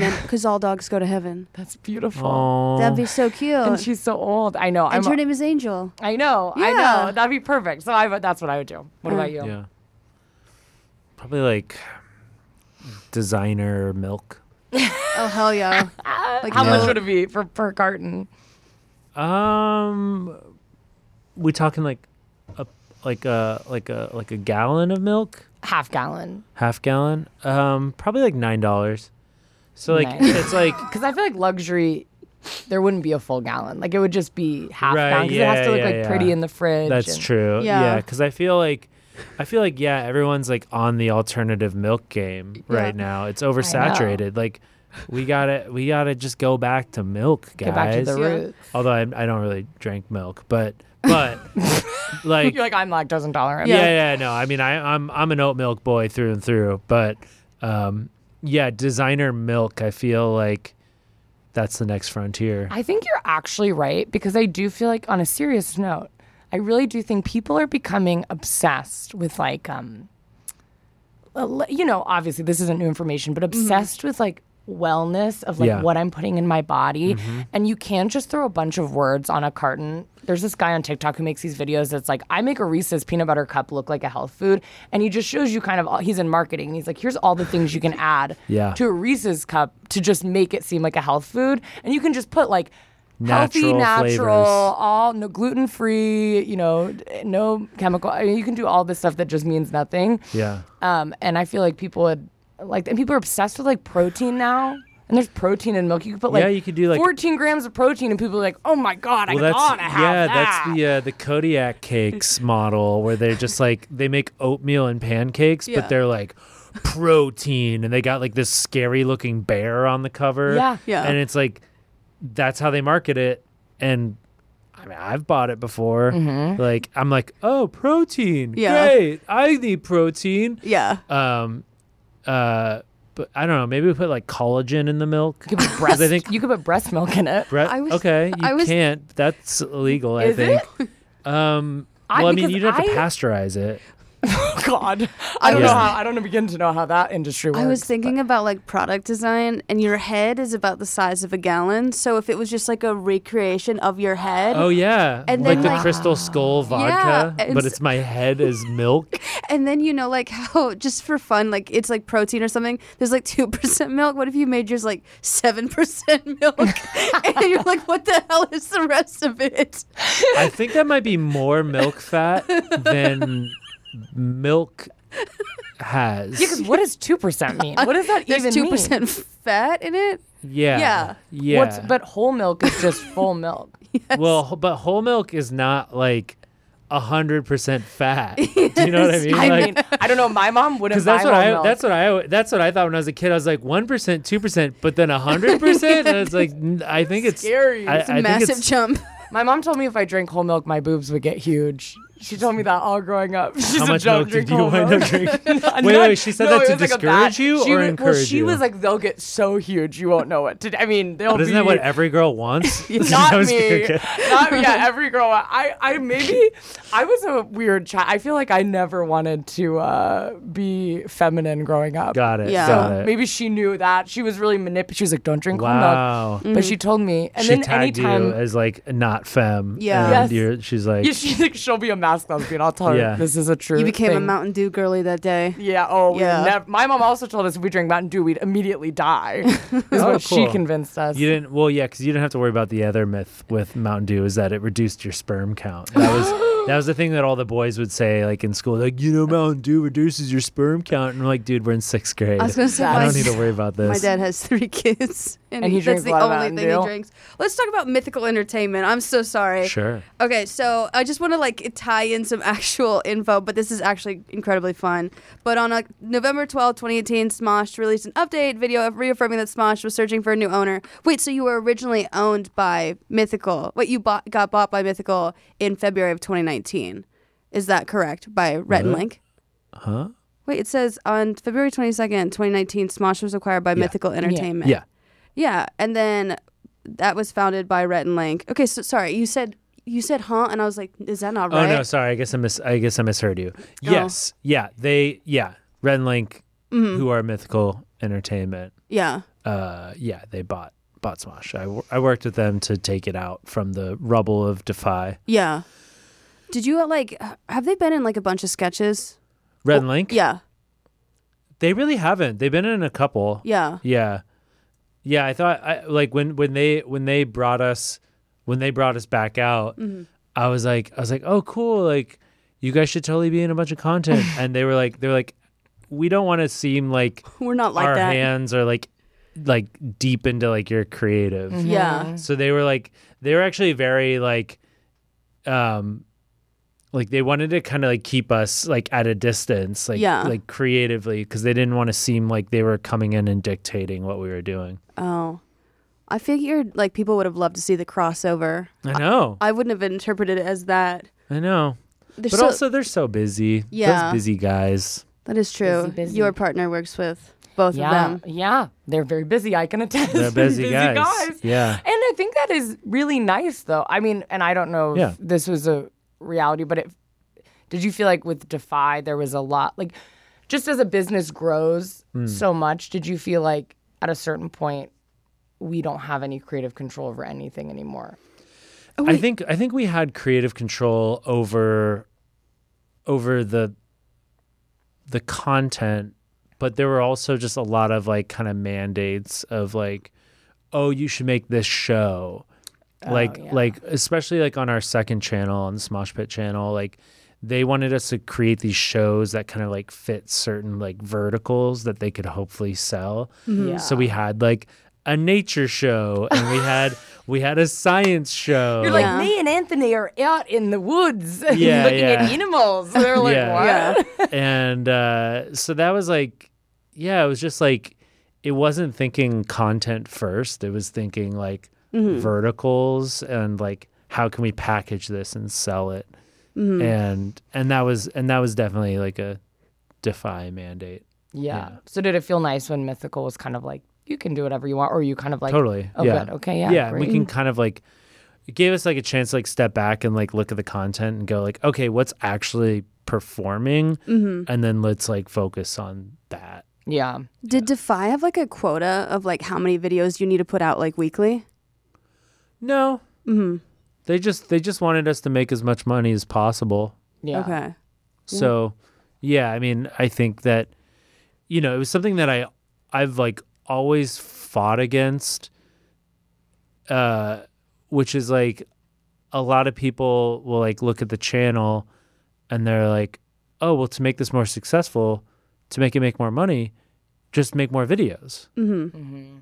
then cuz all dogs go to heaven. that's beautiful. oh That'd be so cute. And And, she's so old. I know. I'm. her name is Angel. I know. I Yeah. know. That'd be perfect. So I. would- That's what I would do. What about you? Yeah. Probably like designer milk. Oh hell yeah! Like How no. much would it be for per carton? Um, we talking like a like a like a like a gallon of milk, Half gallon. half gallon. Um, probably like nine dollars. So like Nice. it's like Because I feel like luxury, there wouldn't be a full gallon. Like it would just be half Right, gallon because it has yeah, to look yeah, like yeah. pretty in the fridge. that's and- true. Yeah. Yeah, because I feel like. I feel like yeah, everyone's like on the alternative milk game Yeah. right now. It's oversaturated. Like we gotta we gotta just go back to milk, guys. Get back to the Yeah. roots. Although I, I don't really drink milk, but but like You're like I'm lactose intolerant. yeah. yeah, no. I mean, I, I'm I'm an oat milk boy through and through, but um, yeah, designer milk. I feel like that's the next frontier. I think you're actually right because I do feel like on a serious note, I really do think people are becoming obsessed with like um a le- you know, obviously this isn't new information, but obsessed with like wellness of like Mm-hmm. Yeah. Mm-hmm. what I'm putting in my body. And you can just throw a bunch of words on a carton. There's this guy on TikTok who makes these videos that's like, I make a Reese's peanut butter cup look like a health food. And he just shows you kind of all, he's in marketing and he's like, here's all the things you can add Yeah. to a Reese's cup to just make it seem like a health food. And you can just put like healthy, Natural natural, flavors. all no gluten free, you know, d- no chemical. I mean, you can do all this stuff that just means nothing. yeah, Um, and I feel like people would like, and people are obsessed with like protein now. And there's protein in milk. You could put like Yeah, you could do, like- 14 grams of protein, and people are like, oh my god, I well, that's gotta have yeah, that. that's the uh, the Kodiak cakes model where they're just like they make oatmeal and pancakes, Yeah. but they're like protein, and they got like this scary looking bear on the cover. Yeah. Yeah. and it's like that's how they market it, and. I mean, I've bought it before. Mm-hmm. Like, I'm like, oh, protein. Yeah. Great. I need protein. Yeah. um uh but i don't know maybe we put like collagen in the milk you could put breast. I think- you could put breast milk in it. Bre- I was- okay you I was- can't that's illegal i Is think um I- well i mean because you'd have to I- pasteurize it Oh God, I don't Yeah. know how. I don't begin to know how that industry works. I was thinking about like product design, and your head is about the size of a gallon. So if it was just like a recreation of your head, oh yeah And like then, the like- crystal skull vodka but it's- it's my head is milk and then you know like how just for fun, like it's like protein or something. There's like two percent milk. What if you made yours like seven percent milk, and you're like, what the hell is the rest of it? i think that might be more milk fat than milk has Yeah, because what does two percent mean? What does that There's even two mean? percent fat in it. yeah yeah. yeah What's, but whole milk is just full milk. Well, h- but whole milk is not like hundred percent fat. Do you know what I mean? I mean, I don't know. My mom wouldn't because buy that's what whole I milk. that's what I al- that's what I thought when I was a kid. I was like one percent, two percent, but then hundred percent. And it's like n- I think it's Scary. I, It's I think Massive it's- jump. my mom told me if I drank whole milk, my boobs would get huge. She told me that all growing up. She's How a much joke, milk drink did you whole wind milk. up drinking? Not- wait, wait, she said no, that it to was like a discourage bad- you she or was- well, encourage she you? was like, "They'll get so huge, you won't know what to." do." I mean, they'll But isn't be that what every girl wants? I not was me. kidding. Not yeah, every girl. I I maybe I was a weird child. I feel like I never wanted to uh, be feminine growing up. Got it. Yeah. Got So it. maybe she knew that. She was really manipulative. She was like, "Don't drink whole milk." wow. But she told me, Mm. and She then tagged anytime. you as like not femme. Yeah. And Yes. you're, she's like, yeah, she thinks she'll be a mask lesbian. I'll tell her Yeah. this is a true. You became a thing. Mountain Dew girly that day. Yeah. Oh, Yeah. yeah. my mom also told us if we drink Mountain Dew, we'd immediately die. is Oh, what she cool. convinced us. You didn't. Well, yeah, because you didn't have to worry about the other myth with Mountain Dew is that it reduced your sperm count. That was that was the thing that all the boys would say, like in school, like you know, Mountain Dew reduces your sperm count, and I'm like, dude, we're in sixth grade. I was gonna say, I I my don't need to worry about this. My dad has three kids, and, And he he, drinks a that's the lot of only Mountain thing Dew. he drinks. Let's talk about mythical entertainment. I'm so sorry. Sure. Okay, so I just want to like tie in some actual info, but this is actually incredibly fun. But on like November twelfth, 2018, Smosh released an update video of reaffirming that Smosh was searching for a new owner. Wait, so you were originally owned by Mythical? What you bought got bought by Mythical in February of 2019? Is that correct? By Rhett and What? Link. Huh? Wait, it says on February 22nd, 2019, Smosh was acquired by Mythical Entertainment. Yeah. Yeah, and then that was founded by Rhett and Link. Okay, so sorry, you said you said huh, and I was like, is that not right? Oh no, sorry. I guess I mis. I guess I misheard Oh. you. Yes. Yeah. They. Yeah. Red and Link, Mm-hmm. who are mythical entertainment. Yeah, Uh. Yeah. They bought bought Smosh. I, wor- I worked with them to take it out from the rubble of Defy. yeah. Did you uh, like? h- Have they been in like a bunch of sketches? Red and Link. Yeah, They really haven't. They've been in a couple. Yeah. Yeah. Yeah, I thought I like when when they when they brought us when they brought us back out, Mm-hmm. I was like I was like, "Oh cool, like you guys should totally be in a bunch of content." and they were like they're like we don't want to seem like We're not like our that. hands are like like deep into like your creative. Yeah. So they were like they were actually very like um like they wanted to kind of like keep us like at a distance like Yeah. like creatively because they didn't want to seem like they were coming in and dictating what we were doing. Oh. I figured like people would have loved to see the crossover. I know. I wouldn't have interpreted it as that. I know. They're But so- also they're so busy. Yeah. Those busy guys. that is true. Busy, busy. Your partner works with both Yeah, of them. yeah, they're very busy. I can attest. They're busy, guys. Yeah. And I think that is really nice, though. I mean, and I don't know if Yeah. this was a reality, but it, did you feel like with Defy there was a lot like, just as a business grows Hmm. so much, did you feel like at a certain point we don't have any creative control over anything anymore? I think I think we had creative control over over the the content, but there were also just a lot of like kind of mandates of like, oh, you should make this show. like Oh, yeah. like especially like on our second channel on the Smosh Pit channel, like they wanted us to create these shows that kind of like fit certain like verticals that they could hopefully sell. Mm-hmm. Yeah. So we had like a nature show and we had we had a science show. You're Yeah. like me and Anthony are out in the woods Yeah, looking at yeah. animals. They're like, Yeah. what? Yeah. and uh, so that was like, yeah, it was just like, it wasn't thinking content first. It was thinking like Mm-hmm. verticals and like how can we package this and sell it, Mm-hmm. and and that was and that was definitely like a defy mandate. Yeah. So did it feel nice when Mythical was kind of like, you can do whatever you want, or you kind of like Totally. Oh, yeah. good. Okay. Yeah. yeah. and We great. can kind of like. It gave us like a chance to like step back and like look at the content and go like, okay, what's actually performing, Mm-hmm. and then let's like focus on that. Yeah. Did Defy have like a quota of like how many videos you need to put out like weekly? No. Mm-hmm. They just they just wanted us to make as much money as possible. Yeah. Okay. So, yeah, I mean, I think that you know, it was something that I I've like always fought against uh which is like a lot of people will like look at the channel and they're like, "Oh, well to make this more successful, to make it make more money, just make more videos." Mm-hmm.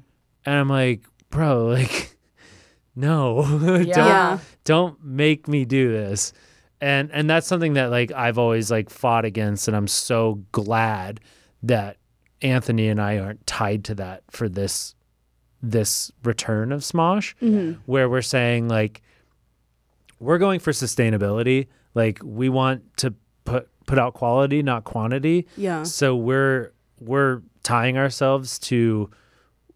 And I'm like, "Bro, like no. don't Yeah. don't make me do this and and that's something that like i've always like fought against and i'm so glad that anthony and i aren't tied to that for this this return of smosh where we're saying like we're going for sustainability like we want to put put out quality not quantity Yeah. so we're we're tying ourselves to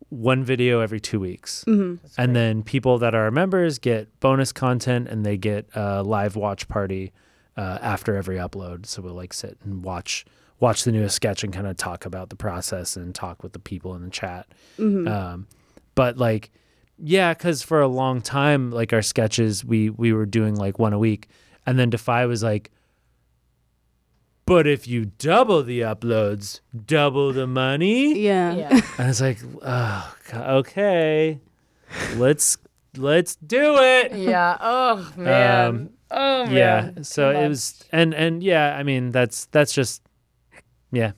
one video every two weeks, and then people that are our members get bonus content, and they get a live watch party uh, after every upload. So we'll like sit and watch watch the newest sketch and kind of talk about the process and talk with the people in the chat. Um, but like, yeah, because for a long time, like our sketches, we we were doing like one a week, and then Defy was like, but if you double the uploads, double the money. Yeah. Yeah. And it's like, oh, God, okay, let's let's do it. yeah. Oh man. Um, oh man. Yeah. So Come it on. was, and and yeah, I mean, that's that's just, yeah,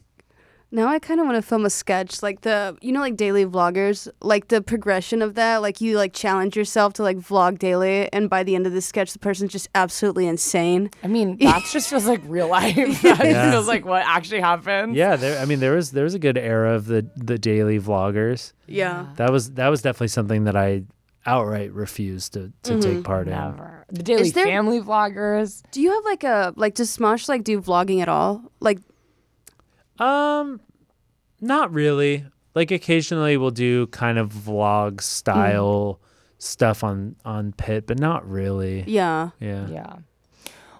Now I kind of want to film a sketch, like the you know, like daily vloggers, like the progression of that. Like you like challenge yourself to like vlog daily, and by the end of the sketch, the person's just absolutely insane. I mean, that just feels like real life. That Yeah. feels like what actually happened. yeah. There, I mean, there was there was a good era of the the daily vloggers. Yeah. That was that was definitely something that I outright refused to to take part in. Never. The Daily Is there- Family vloggers. Do you have like a like does Smosh like do vlogging at all? Like Um, not really. Like occasionally we'll do kind of vlog style stuff on on Pit, but not really. yeah. Yeah. Yeah.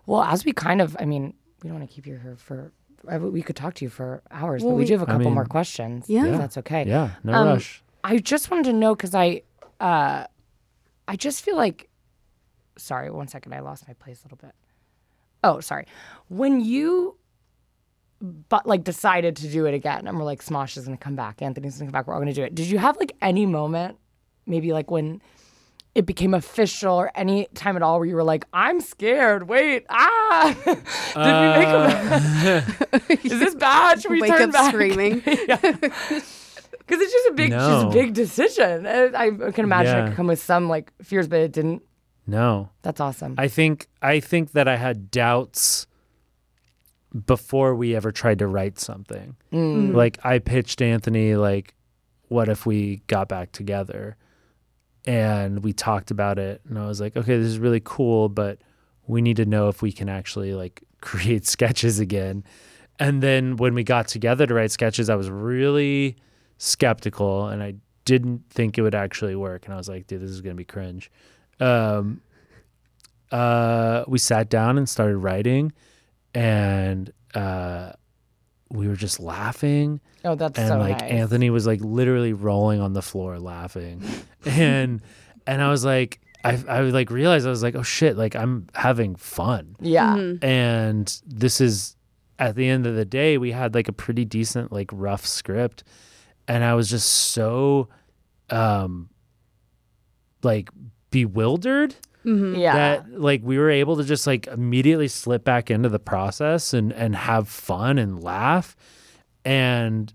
Well, as we kind of, I mean, we don't want to keep you here for. I- We could talk to you for hours, but we, do have a couple mean- more questions. Yeah. if that's okay. Yeah, no Um, rush. I just wanted to know because I, uh, I just feel like, sorry, one second, I lost my place a little bit. Oh, sorry. When you but like decided to do it again. And we're like, Smosh is gonna come back. Anthony's gonna come back. We're all gonna do it. Did you have like any moment, maybe like when it became official or any time at all where you were like, I'm scared. Wait, ah, did we make a? is this bad? Should we Wake turn up back? screaming. Because it's just a big, just No. a big decision. I, I can imagine it Yeah. could come with some like fears, but it didn't. No. That's awesome. I think I think that I had doubts before we ever tried to write something. Like I pitched Anthony like what if we got back together and we talked about it and I was like, "Okay, this is really cool, but we need to know if we can actually like create sketches again." And then when we got together to write sketches, I was really skeptical and I didn't think it would actually work and I was like, "Dude, this is going to be cringe." Um uh, we sat down and started writing, and uh, we were just laughing. oh, that's And so like nice. Anthony was like literally rolling on the floor laughing, and and I was like, I I like realized I was like, oh shit, like I'm having fun, yeah. Mm-hmm. and this is at the end of the day we had like a pretty decent like rough script, and I was just so, um, like bewildered Mm-hmm. Yeah. that like we were able to just like immediately slip back into the process and and have fun and laugh and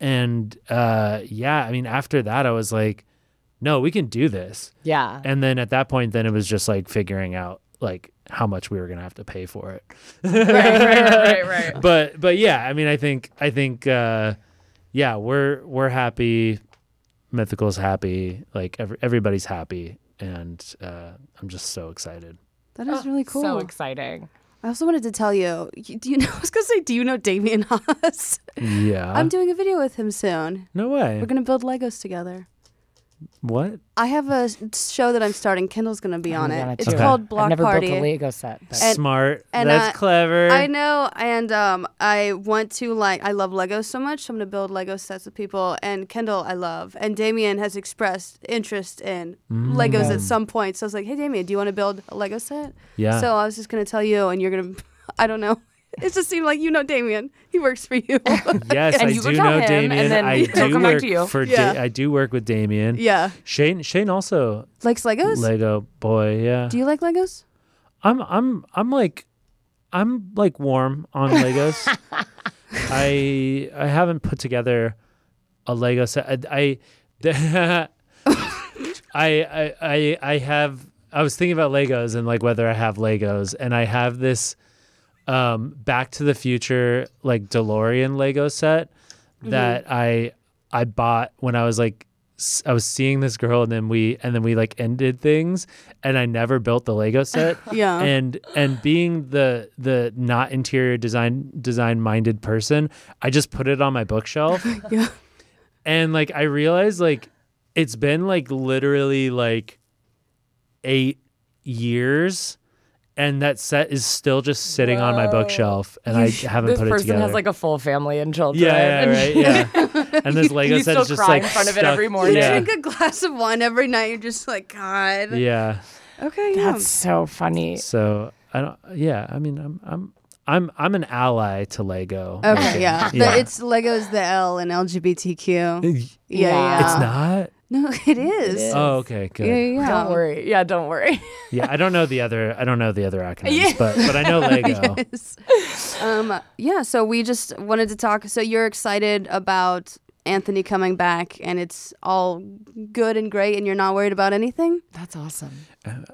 and uh yeah i mean after that i was like no we can do this yeah. and then at that point then it was just like figuring out like how much we were gonna have to pay for it right, right, right, right. but but yeah i mean i think i think uh yeah we're we're happy mythical's happy like every, everybody's happy and uh i'm just so excited That is really cool. Oh, So exciting. I also wanted to tell you, you- do you know, I was going to say, do you know Damien Haas? Yeah. I'm doing a video with him soon. no way. We're going to build Legos together. what? I have a s- show that I'm starting. Kendall's going to be on my God, I it. It's too. called I've Block never Party. built a Lego set. but- And- Smart. and, That's uh, clever. I know, and um, I want to like I love Legos so much. So I'm gonna build Lego sets with people, and Kendall I love, and Damien has expressed interest in Mm. Legos at some point. So I was like, hey Damien, do you want to build a Lego set? Yeah. So I was just gonna tell you, and you're gonna, I don't know. It just seemed like you know Damien. He works for you. yes, and I you do can tell know him, and Damien. then I he'll do come back work to you. for Yeah. da- I do work with Damien. yeah. Shane Shane also Likes Legos. Lego boy, yeah. do you like Legos? I'm I'm I'm like I'm like warm on Legos. I I haven't put together a Lego set. I I I, I I have I was thinking about Legos and like whether I have Legos and I have this um Back to the Future like DeLorean Lego set that I I bought when I was like s- I was seeing this girl and then we and then we like ended things and I never built the Lego set Yeah. and and being the the not interior design design minded person I just put it on my bookshelf Yeah. and like I realized like it's been like literally like 8 years and that set is still just sitting on my bookshelf and I haven't this put it person together has like a full family and children. yeah, and yeah, right, yeah. And this Lego you set still is just cry like in front of it stuck- every morning. You Yeah, drink a glass of wine every night. You're just like God. yeah. Okay. Yeah. That's so funny. So I don't. Yeah, I mean, I'm, I'm, I'm, I'm an ally to Lego. Okay, yeah. Yeah. The, it's Legos the L and LGBTQ. Yeah, It's yeah. not. No, it is. Oh, okay, good. Yeah, Yeah. yeah. Don't worry. Yeah, don't worry. I don't know the other. I don't know the other acronyms, Yeah. but but I know Lego. Um, yeah. So we just wanted to talk. So you're excited about Anthony coming back, and it's all good and great, and you're not worried about anything. That's awesome.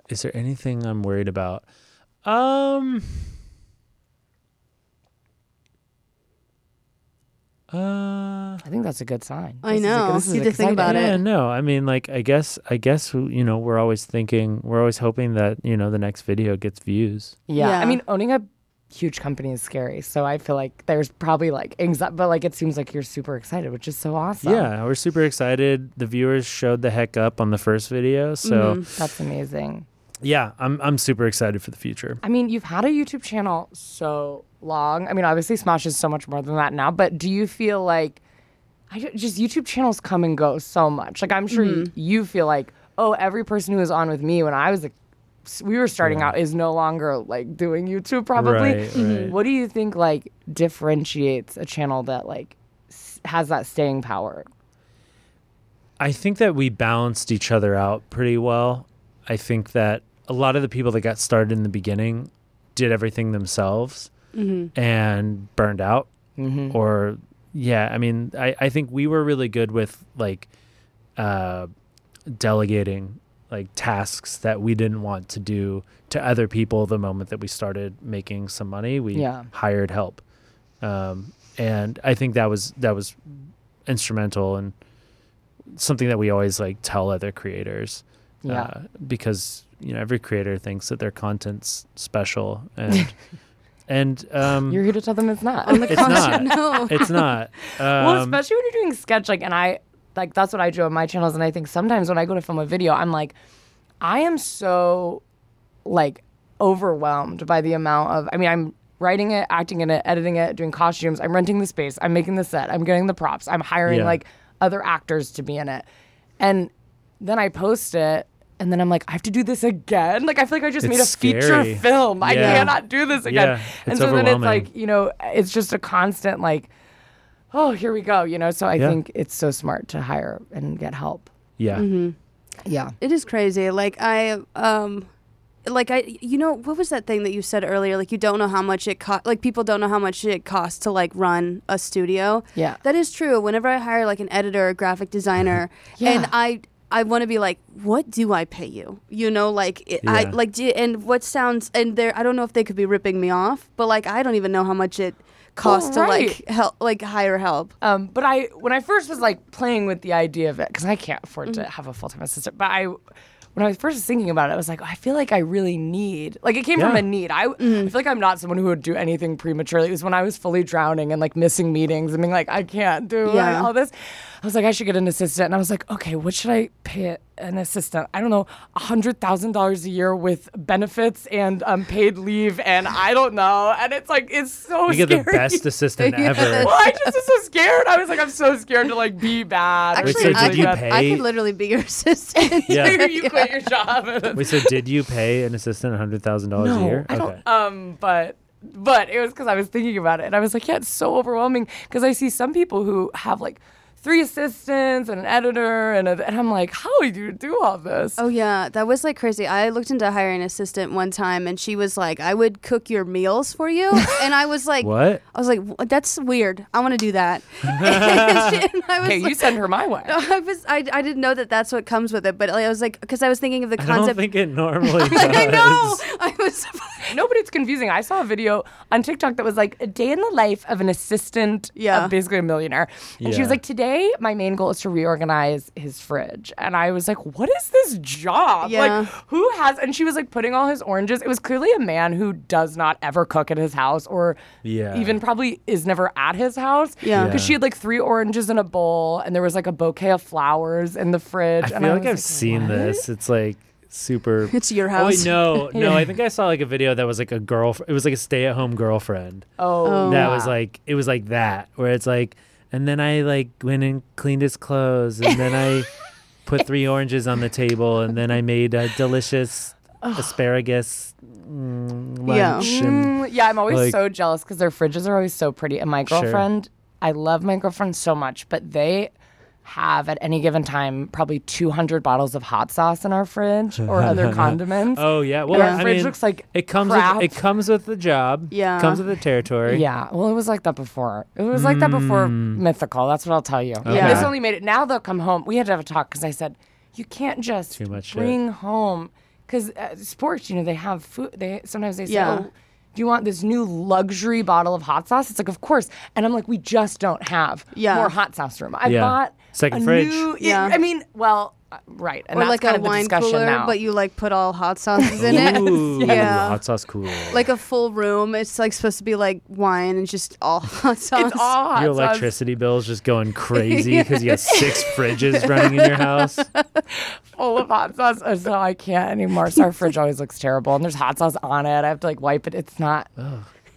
Is there anything I'm worried about? Um. Uh. I think that's a good sign. I This is a know. good- this is You did think exciting. about it. yeah, no, I mean, like, I guess, I guess, you know, we're always thinking, we're always hoping that you know the next video gets views. Yeah. I Yeah. mean, owning a huge company is scary. So I feel like there's probably like anxiety, but like it seems like you're super excited, which is so awesome. Yeah, we're super excited. The viewers showed the heck up on the first video, so That's amazing. yeah, I'm I'm super excited for the future. I mean, you've had a YouTube channel so long. I mean, obviously, Smosh is so much more than that now, but do you feel like I don't- just YouTube channels come Mm-hmm. and go so much? Like, I'm sure you, you feel like, oh, every person who was on with me when I was a we were starting out is no longer like doing YouTube probably. Mm-hmm. Right, right. What do you think like differentiates a channel that like s- has that staying power? I think that we balanced each other out pretty well. I think that a lot of the people that got started in the beginning did everything themselves and burned out. Or, yeah, I mean, I, I think we were really good with like uh, delegating like tasks that we didn't want to do to other people the moment that we started making some money. We Yeah. hired help. Um, and I think that was that was instrumental and something that we always like tell other creators uh, Yeah. because you know every creator thinks that their content's special and and um You're here to tell them it's not. it's not No. it's not well, um, especially when you're doing sketch, like, and I, like, that's what I do on my channels. And I think sometimes when I go to film a video, I'm like, I am so, like, overwhelmed by the amount of, I mean, I'm writing it, acting in it, editing it, doing costumes. I'm renting the space. I'm making the set. I'm getting the props. I'm hiring, Yeah. like, other actors to be in it. And then I post it. And then I'm like, I have to do this again. Like, I feel like I just It's made a scary. feature film. I Yeah. cannot do this again. Yeah, and it's so then it's overwhelming. like, you know, it's just a constant, like, oh, here we go, you know? So I Yeah. think it's so smart to hire and get help. yeah Yeah. It is crazy. Like I um like I you know what was that thing that you said earlier like you don't know how much it cost like people don't know how much it costs to like run a studio. Yeah. That is true. Whenever I hire like an editor or graphic designer Yeah. and I I want to be like what do I pay you? You know like it, I Yeah. like do, and what sounds and there I don't know if they could be ripping me off, but like I don't even know how much it costs right. to like help like hire help. Um, but I, when I first was like playing with the idea of it, because I can't afford to have a full time assistant, but I, when I was first thinking about it, I was like, I feel like I really need, like, it came from Yeah. a need. I, I feel like I'm not someone who would do anything prematurely. It was when I was fully drowning and like missing meetings and being like, I can't do like, Yeah. all this. I was like, I should get an assistant. And I was like, okay, what should I pay an assistant? I don't know, $100,000 a year with benefits and um, paid leave. And I don't know. And it's like, it's so you get scary. the best assistant Yeah. ever Well, I just was so scared. I was like, I'm so scared to like be bad. Wait, Actually, so I, did you could, pay- I could literally be your assistant. Yeah. you, quit your job. wait so did you pay an assistant $100000 a year I don't. Um, but but it was because I was thinking about it, and I was like, yeah, it's so overwhelming because I see some people who have like three assistants and an editor, and a, and I'm like, how do you do all this? Oh yeah, that was like crazy. I looked into hiring an assistant one time, and she was like, "I would cook your meals for you," and I was like, What? I was like, "Wha- "That's weird. I want to do that." and she- and I was Okay, you like, send her my way. I was, I, I didn't know that that's what comes with it, but like, I was like, because I was thinking of the I don't concept. think it normally does. I know. I was. No, but it's confusing. I saw a video on TikTok that was like a day in the life of an assistant, Yeah. of basically a millionaire. And she Yeah. was like, Today, my main goal is to reorganize his fridge. And I was like, What is this job? Yeah. Like, who has? And she was like putting all his oranges. It was clearly a man who does not ever cook at his house or Yeah. even probably is never at his house. Yeah. Because she had like three oranges in a bowl and there was like a bouquet of flowers in the fridge. I feel and I like was I've seen this. It's like super. It's your Oh, house. wait, no, no. I think I saw like a video that was like a girl. It was like a stay-at-home girlfriend. Oh, that was like it was like that where it's like and then i like went and cleaned his clothes and then i put three oranges on the table and then i made a delicious asparagus mm, Yeah. lunch and Mm, yeah, I'm always Like- so jealous because their fridges are always so pretty. And my Sure. girlfriend, I love my girlfriend so much, but they have at any given time probably 200 bottles of hot sauce in our fridge or other condiments. oh yeah well And our I fridge mean, looks like it comes crap. with it comes with the job Yeah. comes with the territory yeah, well, it was like that before. It was like that before Mm. Mythical. That's what I'll tell you. Yeah. This only made it. Now they'll come home. We had to have a talk because I said, you can't just Too much shit. bring home because uh, sports. You know, they have food. They sometimes they say, Yeah. oh, do you want this new luxury bottle of hot sauce? It's like, of course. And I'm like, we just don't have Yeah. more hot sauce room. I Yeah. bought Second a fridge. new- Yeah. I mean, well, uh, right. And Or that's like kind a of the wine discussion cooler, now. but you like put all hot sauces in it. Ooh, Yeah. hot sauce cool Like a full room. It's like supposed to be like wine and just all hot sauce. it's all hot your sauce. electricity bill's just going crazy because you have six fridges running in your house full of hot sauce. and So I can't anymore. So our fridge always looks terrible, and there's hot sauce on it. I have to like wipe it. It's not.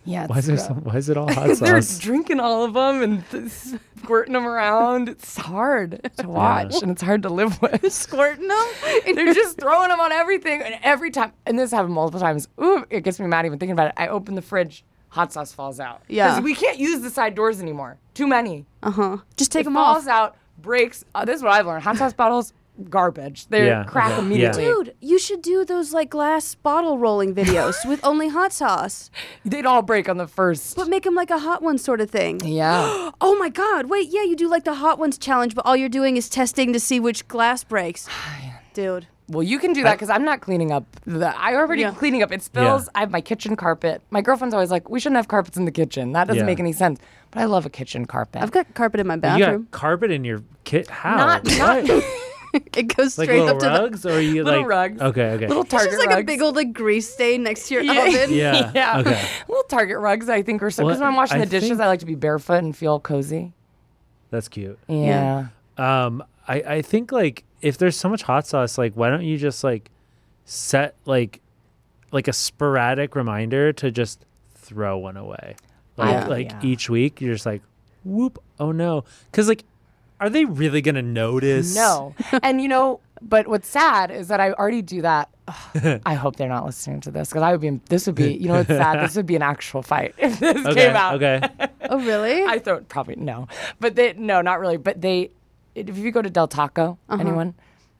Yeah. Why it's is there rough. some, why is it all hot 'Cause They're sauce? drinking all of them and th- squirting them around. It's hard to watch and it's hard to live with. Squirting them? They're just throwing them on everything and every time. And this happened multiple times. Ooh, it gets me mad even thinking about it. I open the fridge, hot sauce falls out. Yeah. Because we can't use the side doors anymore. Too many. Uh huh. Just it take them falls off. out, breaks. Uh, this is what I've learned. Hot sauce bottles, garbage. They're Yeah, crap okay. Yeah. immediately. Dude, you should do those like glass bottle rolling videos with only hot sauce, They'd all break on the first. but make them like a hot one sort of thing. yeah. Oh my God! Wait, yeah, you do like the hot ones challenge, but all you're doing is testing to see which glass breaks. Dude, Well, you can do that because I'm not cleaning up. The, I already Yeah. cleaning up. It spills. I have my kitchen carpet. My girlfriend's always like, "We shouldn't have carpets in the kitchen. That doesn't Yeah. make any sense." But I love a kitchen carpet. I've got carpet in my You got bathroom. carpet in your kit? How? not not What? it goes like straight little up to the. rugs, or you little like rugs. Okay, okay. Little It's Target just like rugs. a big old like grease stain next to your Yeah. oven. yeah. yeah. Okay. Little Target rugs, I think, or so. Because Well, when I'm washing I the dishes, think- I like to be barefoot and feel cozy. That's cute. Yeah. Um, I, I think like if there's so much hot sauce, like why don't you just like set like like a sporadic reminder to just throw one away, like Oh, Yeah. like Yeah. each week you're just like whoop oh no because like are they really gonna notice? No. and you know, but what's sad is that I already do that. Ugh, I hope they're not listening to this because I would be. This would be. You know, it's sad. This would be an actual fight if this Okay. came out. Okay. Oh really? I throw it probably no, but they no, not really. But they, if you go to Del Taco, anyone,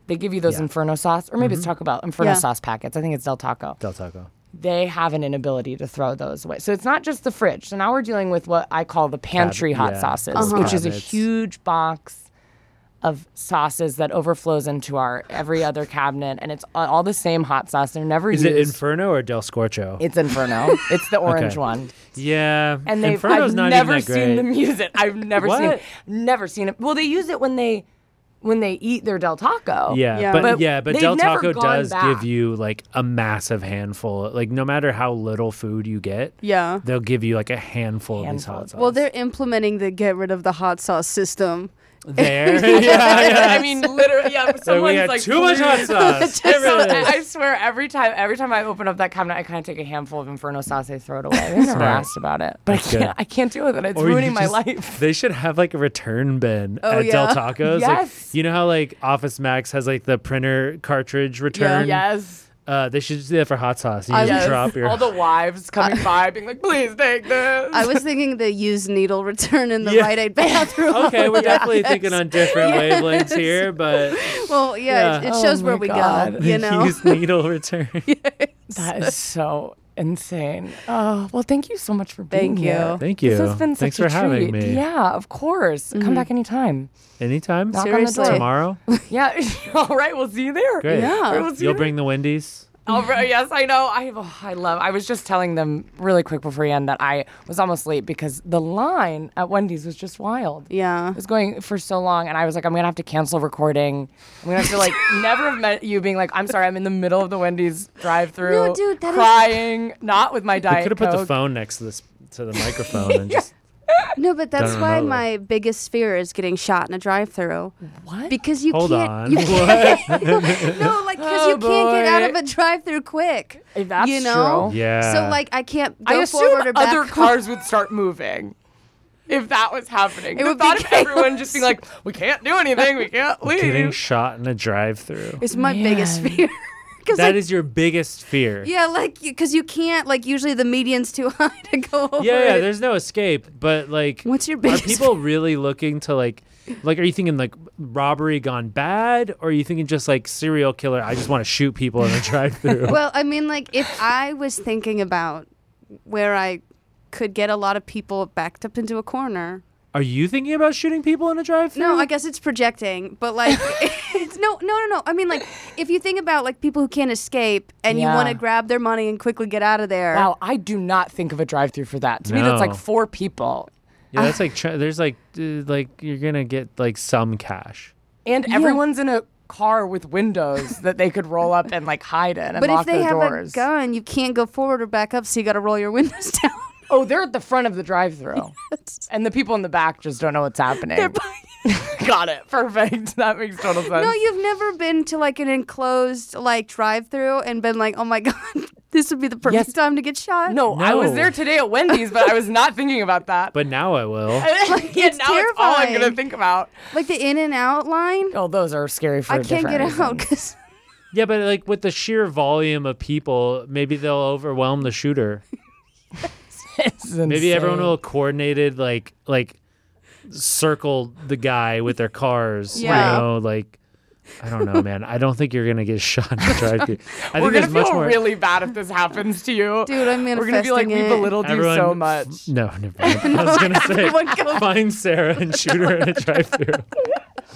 they give you those Yeah. Inferno sauce, or maybe it's Taco Bell Inferno Yeah. sauce packets. I think it's Del Taco. Del Taco. They have an inability to throw those away, so it's not just the fridge. So now we're dealing with what I call the pantry hot yeah, sauces, those which is a cabinets. huge box. Of sauces that overflows into our every other cabinet, and it's a- all the same hot sauce. They're never Is used. it Inferno or Del Scorcho? it's Inferno. it's the orange one. yeah. And they've Inferno's I've not never even that seen great. them use it. I've never seen What? it. Never seen it. Well, they use it when they when they eat their del taco. Yeah, Yeah. but, But yeah, but they've Del never Taco gone does back. give you like a massive handful. Like no matter how little food you get, yeah. they'll give you like a handful, of these Handful. hot sauce. Well, they're implementing the get rid of the hot sauce system. there. yeah, yeah. I mean, literally, yeah. So we Someone's had like too much hot sauce. Get rid So, of I it. I swear, every time, every time I open up that cabinet, I kind of take a handful of Inferno sauce. I throw it away. They've never Smart. asked about it, but I That's good. can't. I can't deal with it. It's Or you ruining my just- life. They should have like a return bin Oh, at yeah. Del Tacos. Yes. Like, you know how like Office Max has like the printer cartridge return. Yes, Uh, they should just do that for hot sauce. You I just yes. drop your. All the wives coming by, being like, "Please take this." I was thinking the used needle return in the Yeah. Rite Aid bathroom. okay, we're definitely Yes. thinking on different wavelengths here, but Well, yeah, Yeah. It, it Oh shows my where we God. go. You know. use needle return. That is so insane. Oh, well, thank you so much for being Thank you. here. Thank This has you. been Thanks such for a having treat. me. Yeah, of course. Mm-hmm. Come back anytime. Anytime. Knock on the Seriously. door. Tomorrow. Yeah. All right. We'll see you there. Great. Yeah. All right, we'll see You'll you bring the Wendy's. All right, yes, I know. I oh, I love. I was just telling them really quick before you end that I was almost late because the line at Wendy's was just wild. Yeah. It was going for so long, and I was like, I'm gonna have to cancel recording. I'm gonna have to like never have met you, being like, I'm sorry, I'm in the middle of the Wendy's drive-through, No, dude, that is- crying, not with my I diet could have put the Coke. phone next to this to the microphone and just No, but that's Done why remotely. my biggest fear is getting shot in a drive-through What? because you hold can't. on. you- What? no, like because Oh, you can't get out of boy. a drive-through quick. If that's you know. true. Yeah. So like I can't go I forward assume or back. other cars would start moving if that was happening. It the would be thought of everyone just being like, "We can't do anything. We can't getting leave." shot in a drive-through. It's my biggest Man. fear. 'Cause, That like, is your biggest fear. Yeah, like because you can't. Like usually the median's too high to go over. Yeah, yeah, it. there's no escape. But like, What's your are biggest people really looking to like, like, are you thinking like robbery gone bad, or are you thinking just like serial killer? I just want to shoot people in a drive-through. Well, I mean, like if I was thinking about where I could get a lot of people backed up into a corner. Are you thinking about shooting people in a drive-through? No, I Mm. guess it's projecting, but like, it's, no, no, no, no. I mean, like, if you think about like people who can't escape and Yeah. you want to grab their money and quickly get out of there. Wow, I do not think of a drive-through for that. To me, that's like No. four people, Yeah, that's like tr- there's like uh, like you're gonna get like some cash. and everyone's in a car with windows that they could roll up and like hide in and But lock if they their have doors. a gun, you can't go forward or back up, so you got to roll your windows down. oh, they're at the front of the drive-through, and the people in the back just don't know what's happening. Got it. Perfect. That makes total sense. no, you've never been to like an enclosed like drive-through and been like, oh my god, This would be the perfect Yes. time to get shot. No, I was No. there today at Wendy's, but I was not thinking about that. But now I will. like, yeah, it's now it's all I'm gonna terrifying. think about. Like the in and out line. Oh, those are scary for I a can't get different out reason. because Yeah, but like with the sheer volume of people, maybe they'll overwhelm the shooter. It's Maybe everyone insane. will coordinated like like circle the guy with their cars. Yeah. You know, like I don't know, man. I don't think you're gonna get shot in the drive thru. I We're gonna think there's much feel more really bad if this happens to you, Dude, I'm We're gonna be like, we manifesting it. Oh belittled everyone you so much. No, never mind. I was gonna say find Sarah and shoot her in a drive thru.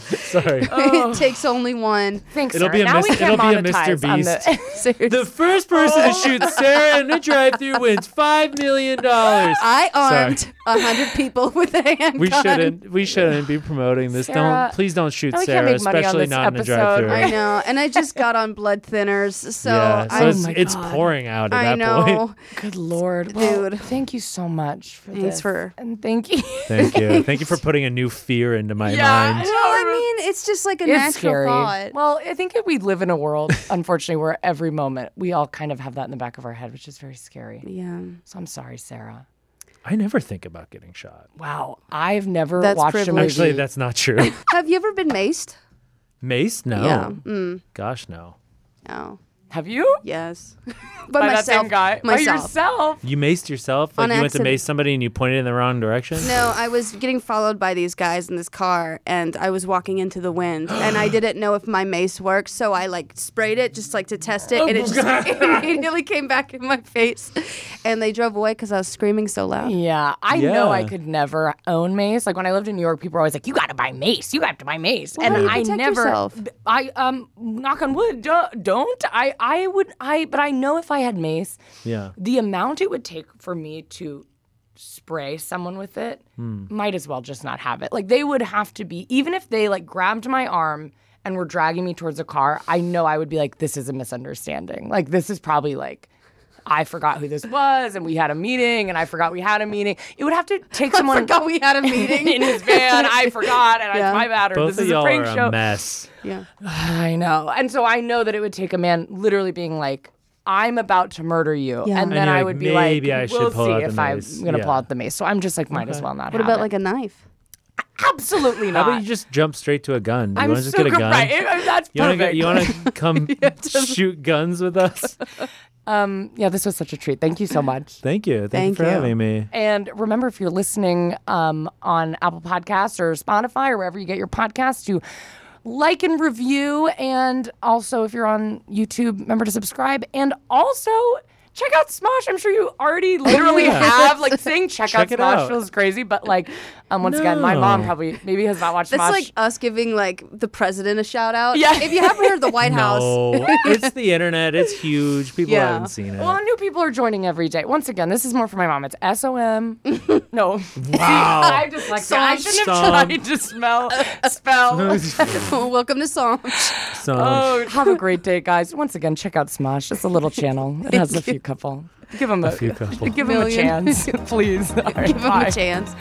Sorry. Oh. it takes only one. Thanks, It'll Sarah. be a now we mis- can it'll be a monetize Mr. on the- Seriously. The first person Oh. to shoot Sarah in a drive thru wins five million dollars. I armed a hundred people with a handgun. We shouldn't. We shouldn't be promoting this. Sarah- don't please don't shoot No, we can't Sarah, make money on especially this not in a episode. drive-through. I know, and I just got on blood thinners, so yeah, so I'm, it's, my it's God. pouring out at I that know. point. Good lord, Well, Dude. Thank you so much for Thanks this. for- and thank you. Thank you. Thank you for putting a new fear into my Yeah. mind. Well, I mean, it's just like a natural it's scary. thought. Well, I think that we live in a world, unfortunately, where every moment we all kind of have that in the back of our head, which is very scary. yeah, So I'm sorry, Sarah. I never think about getting shot. Wow, I've never That's watched a movie. privilege. Actually, that's not true. have you ever been maced? Mace? No. Yeah. Gosh, no. No. Have you? Yes. By, By that myself. same guy? By Myself. yourself? You maced yourself? Like On you went accident. to mace somebody and you pointed in the wrong direction? No, I was getting followed by these guys in this car, and I was walking into the wind, and I didn't know if my mace worked, so I like sprayed it just like to test it, and Oh, it just immediately came back in my face, and they drove away because I was screaming so loud. Yeah, I know I Yeah. could never own mace. Like when I lived in New York, people were always like, "You got to buy mace. You got to buy mace." how do you I protect never, yourself? I um, knock on wood, duh, don't. I I would I, but I know if I had mace, Yeah. the amount it would take for me to spray someone with it Hmm. might as well just not have it like they would have to be even if they like grabbed my arm and were dragging me towards a car i know i would be like this is a misunderstanding like this is probably like i forgot who this was and we had a meeting and i forgot we had a meeting it would have to take someone Forgot we had a meeting. in his van i forgot and Yeah. it's my bad or Both this of is a y'all prank are show a mess. yeah. I know. And so I know that it would take a man literally being like, I'm about to murder you. Yeah. And And then you're I like, would be maybe like, I should we'll pull see out the if mace. I'm going to pull Yeah. out the mace. So I'm just like, might as well not What have about it. like a knife? Absolutely How not. about you just jump straight to a gun? Do you I'm want so to just get a good. gun? Right. I- I- That's You want to perfect. you want to come shoot guns with us? um, yeah, this was such a treat. Thank you so much. Thank you. Thank, Thank you for you. having me. And remember, if you're listening um, on Apple Podcasts or Spotify or wherever you get your podcasts, to like and review. And also, if you're on YouTube, remember to subscribe. And also, check out Smosh. I'm sure you already literally Oh, yeah. have. Like saying check, out Check it Smosh out. feels crazy, but like, um, once again, my No. mom probably maybe has not watched That's Smosh. like us giving like the president a shout out. Yeah. If you haven't heard of the White House, No, Oh, it's the internet. It's huge. People Yeah. haven't seen it. well, new people are joining every day. Once again, this is more for my mom. It's S O M. No, wow. I'm dyslexic. I Smosh. shouldn't Smosh. have tried to smell spell. welcome to Psalm. so, Have a great day, guys. Once again, check out Smosh. It's a little channel. It has a few couple. Give them a, few couple. Give them a Million. chance, please. All right, Give him bye. a chance.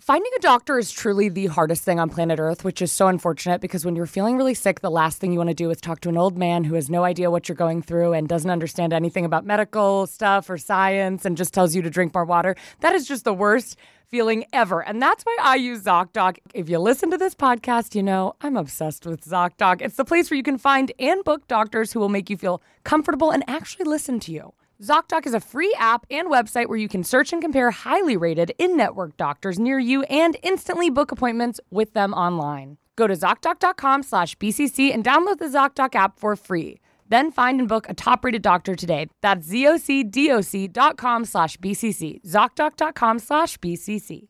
Finding a doctor is truly the hardest thing on planet Earth, which is so unfortunate because when you're feeling really sick, the last thing you want to do is talk to an old man who has no idea what you're going through and doesn't understand anything about medical stuff or science and just tells you to drink more water. That is just the worst feeling ever. And that's why I use ZocDoc. If you listen to this podcast, you know I'm obsessed with ZocDoc. It's the place where you can find and book doctors who will make you feel comfortable and actually listen to you. ZocDoc is a free app and website where you can search and compare highly rated in network doctors near you and instantly book appointments with them online. Go to ZocDoc.com slash BCC and download the ZocDoc app for free. Then find and book a top rated doctor today. That's ZocDoc.com slash BCC. ZocDoc.com slash BCC.